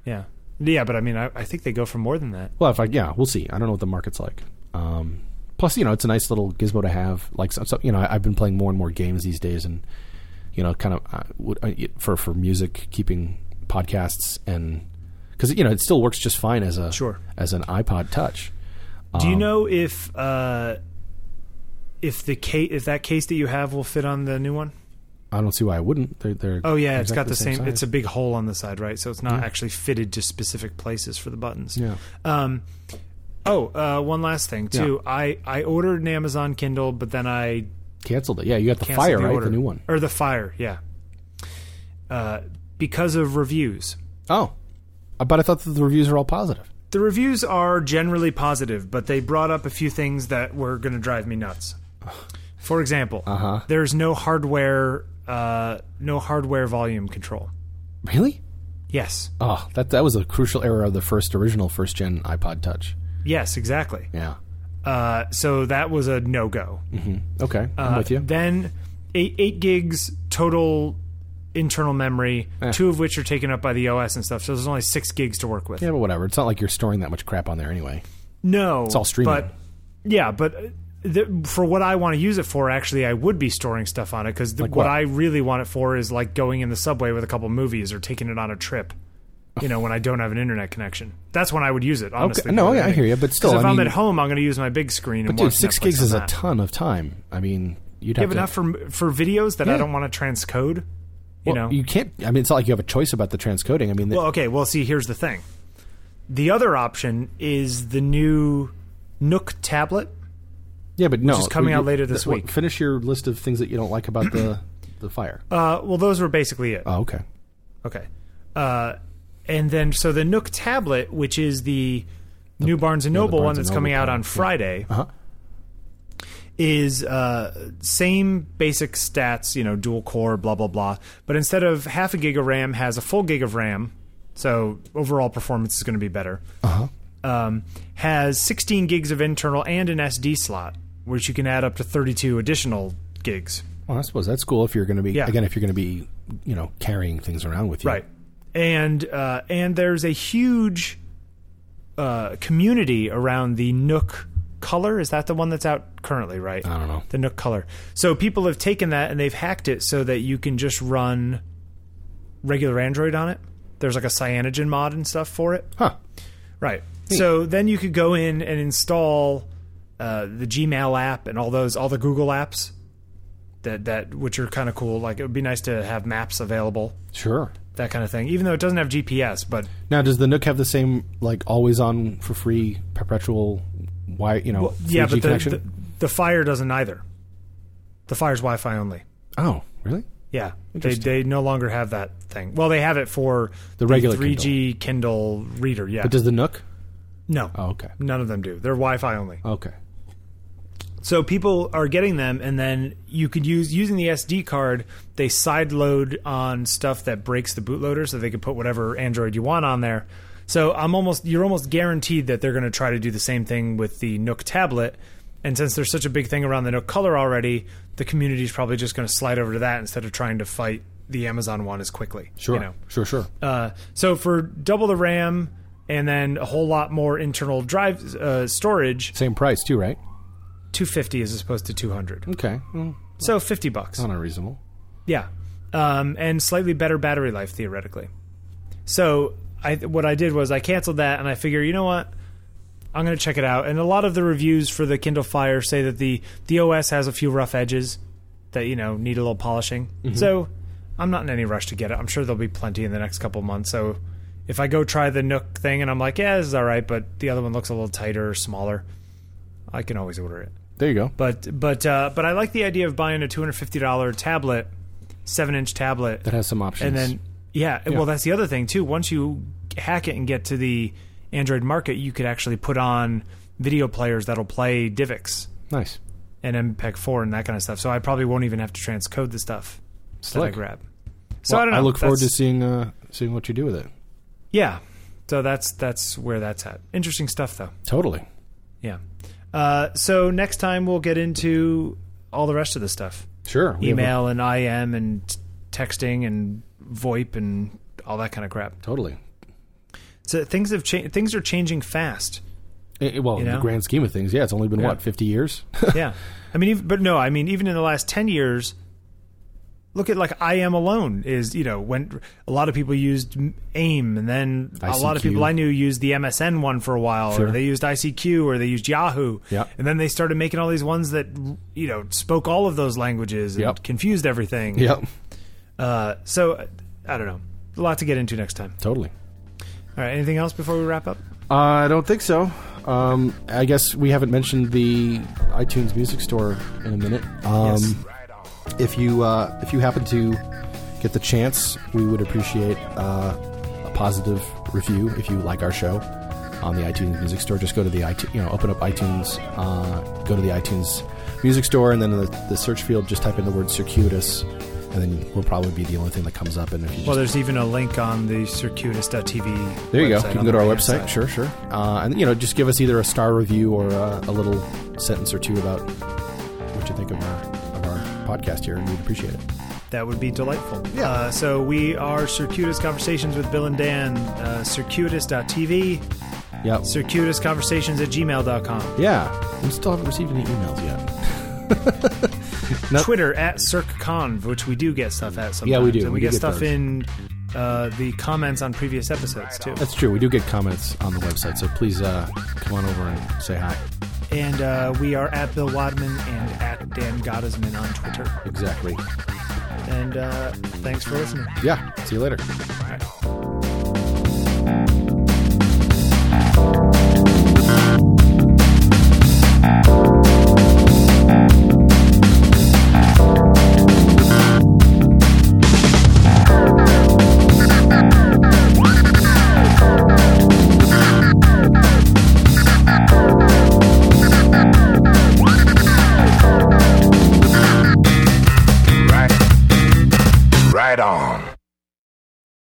B: Yeah, yeah, but I mean, I, I think they go for more than that.
C: Well, if I yeah, we'll see. I don't know what the market's like. Um, plus, you know, it's a nice little gizmo to have. Like, so, so, you know, I, I've been playing more and more games these days, and you know, kind of uh, would- uh, y- for for music, keeping podcasts, and because you know, it still works just fine as a
B: Sure.
C: as an iPod Touch.
B: Do
C: Um,
B: you know if uh, if the case if that case that you have will fit on the new one?
C: I don't see why I wouldn't. They're, they're
B: Oh yeah, it's
C: exactly
B: got the same.
C: size.
B: it's a big hole on the side, right? So it's not actually fitted to specific places for the buttons.
C: yeah.
B: Um, oh, uh, one last thing too. I I ordered an Amazon Kindle, but then I
C: Canceled it. Yeah, you got the
B: canceled
C: Fire
B: the
C: right,
B: order.
C: the new one.
B: or the Fire, yeah. Uh, because of reviews,
C: Oh, Uh, but I thought that the reviews are all positive.
B: the reviews are generally positive, but they brought up a few things that were going to drive me nuts. For example,
C: Uh-huh.
B: there's no hardware, uh, no hardware volume control.
C: Really?
B: Yes,
C: Oh, that that was a crucial error of the first original first gen iPod Touch.
B: yes, exactly.
C: Yeah.
B: Uh, so that was a no go.
C: Okay, I'm
B: Uh,
C: with you.
B: Then eight, eight gigs total internal memory,
C: Eh.
B: two of which are taken up by the OS and stuff. So there's only six gigs to work with.
C: Yeah, but whatever. It's not like you're storing that much crap on there anyway.
B: No, it's
C: all streaming.
B: But yeah, but uh, the, for what I want to use it for, actually, I would be storing stuff on it because what?
C: what?
B: I really want it for is like going in the subway with a couple movies or taking it on a trip. You know, when I don't have an internet connection, that's when I would use it. Honestly,
C: no,
B: more than
C: yeah, I
B: anything.
C: hear you, but still,
B: 'Cause if
C: I
B: am
C: mean-
B: at home, I'm going to use my big screen. And
C: Dude,
B: watch
C: six
B: Netflix
C: gigs
B: on
C: is a
B: that.
C: ton of time. I mean, you'd
B: Yeah,
C: have
B: but
C: to.
B: not for for videos that I
C: Yeah.
B: don't want to transcode. You
C: Well,
B: know,
C: you can't. I mean, it's not like you have a choice about the transcoding. I mean, the-
B: Well, okay. Well, see, here's the thing. The other option is the new Nook tablet.
C: yeah, but no,
B: is coming out
C: you-
B: later this
C: well,
B: week.
C: Finish your list of things that you don't like about the the fire.
B: Uh, well, those were basically it.
C: Oh, okay.
B: Okay. Uh, and then so the Nook tablet, which is the, new Barnes and Noble one
C: Barnes and
B: that's coming
C: Noble
B: out on
C: tablet, yeah.
B: Friday,
C: Uh-huh.
B: is uh, same basic stats, you know, dual core, blah blah blah. But instead of half a gig of RAM, has a full gig of RAM. So overall performance is going to be better.
C: Uh-huh.
B: Um, has 16 gigs of internal and an SD slot, which you can add up to 32 additional gigs.
C: Well, I suppose that's cool if you're going to be
B: Yeah.
C: again if you're going to be you know carrying things around with you.
B: Right. And uh, and there's a huge uh, community around the Nook color. Is that the one that's out currently, right?
C: I don't know.
B: the Nook color. So people have taken that and they've hacked it so that you can just run regular Android on it. There's like a cyanogen mod and stuff for it.
C: Huh.
B: Right. So then you could go in and install uh, the Gmail app and all those, all the Google apps that that which are kind of cool. Like it would be nice to have maps available,
C: Sure.
B: that kind of thing. Even though it doesn't have GPS, but
C: Now, does the Nook have the same like always on for free perpetual wire? You know,
B: well, yeah,
C: 3G
B: but the,
C: connection.
B: the the Fire doesn't either. The Fire's Wi-Fi only.
C: oh, really?
B: Yeah, they they no longer have that thing. Well, they have it for
C: The regular
B: 3G Kindle, reader. Yeah,
C: But does the Nook?
B: no,
C: Oh, okay.
B: none of them do. They're Wi-Fi only.
C: Okay.
B: So people are getting them, and then you could use using the SD card. They sideload on stuff that breaks the bootloader, so they could put whatever Android you want on there. So I'm almost you're almost guaranteed that they're going to try to do the same thing with the Nook tablet. And since there's such a big thing around the Nook Color already, the community's probably just going to slide over to that instead of trying to fight the Amazon one as quickly. you
C: Sure.
B: know?
C: Sure. Sure.
B: Uh, so for double the RAM and then a whole lot more internal drive uh, storage,
C: Same price too, right?
B: 250 as opposed to 200.
C: Okay. Well,
B: So 50 bucks.
C: not unreasonable.
B: Yeah. Um, and slightly better battery life theoretically. So I what I did was I canceled that and I figure, you know what? I'm going to check it out. And a lot of the reviews for the Kindle Fire say that the the OS has a few rough edges that you know need a little polishing. So I'm not in any rush to get it. I'm sure there'll be plenty in the next couple months. So if I go try the Nook thing and I'm like, yeah, this is all right, but the other one looks a little tighter or smaller, I can always order it
C: There you go.
B: but but uh, but I like the idea of buying a two hundred fifty dollar tablet, seven inch tablet,
C: That has some options.
B: and then yeah, well that's the other thing too. Once you hack it and get to the Android market, you could actually put on video players that'll play DivX
C: nice.
B: and MPEG four and that kind of stuff. So I probably won't even have to transcode the stuff that I
C: Slick.
B: grab. So
C: Well,
B: I don't know.
C: look forward to
B: That's-
C: seeing uh, seeing what you do with it.
B: yeah. So that's that's where that's at. Interesting stuff though.
C: Totally.
B: Yeah. Uh, so next time we'll get into all the rest of the stuff.
C: Sure. we have a-
B: email and IM and t- texting and VoIP and all that kind of crap.
C: totally.
B: So things have cha- things are changing fast.
C: I- I- Eh, well, in
B: know?
C: the grand scheme of things, yeah, it's only been
B: Yeah.
C: what fifty years.
B: yeah, I mean, even, but no, I mean, even in the last ten years, look at like IM alone is you know when a lot of people used AIM and then a lot of
C: ICQ.
B: people I knew used the MSN one for a while, or
C: Sure.
B: they used ICQ or they used Yahoo,
C: Yeah.
B: and then they started making all these ones that you know spoke all of those languages and
C: Yep.
B: confused everything.
C: yep.
B: Uh, so I don't know, a lot to get into next time.
C: Totally.
B: All right. Anything else before we wrap up?
C: Uh, I don't think so. Um, I guess we haven't mentioned the iTunes Music Store in a minute. Um,
B: Yes.
C: If you uh, if you happen to get the chance, we would appreciate uh, a positive review if you like our show on the iTunes Music Store. Just go to the iTunes, you know, open up iTunes, uh, go to the iTunes Music Store, and then in the, the search field, just type in the word circuitous, and then we'll probably be the only thing that comes up. And if you just
B: Well, there's even a link on the circuitous.tv.
C: There you go.
B: website
C: You
B: on
C: can go to
B: the
C: our
B: right-hand
C: website.
B: side.
C: Sure, sure. Uh, and you know, just give us either a star review or uh, a little sentence or two about what you think of our, of our podcast here, and we'd appreciate it.
B: That would be delightful. Yeah. Uh, so we are Circuitous Conversations with Bill and Dan, uh, circuitous.tv,
C: Yeah.
B: circuitousconversations at gmail.com,
C: yeah. We still haven't received any emails yet. Yep.
B: Twitter at CircConv, which we do get stuff at sometimes.
C: Yeah, we do.
B: And we,
C: We do
B: get
C: get
B: stuff
C: those.
B: in uh, the comments on previous episodes, too.
C: That's true. We do get comments on the website, so please uh, come on over and say hi.
B: And uh, we are at Bill Wadman and at Dan Gottesman on Twitter.
C: Exactly.
B: And uh, thanks for listening.
C: Yeah. See you later.
B: All right.
A: Right. Right on.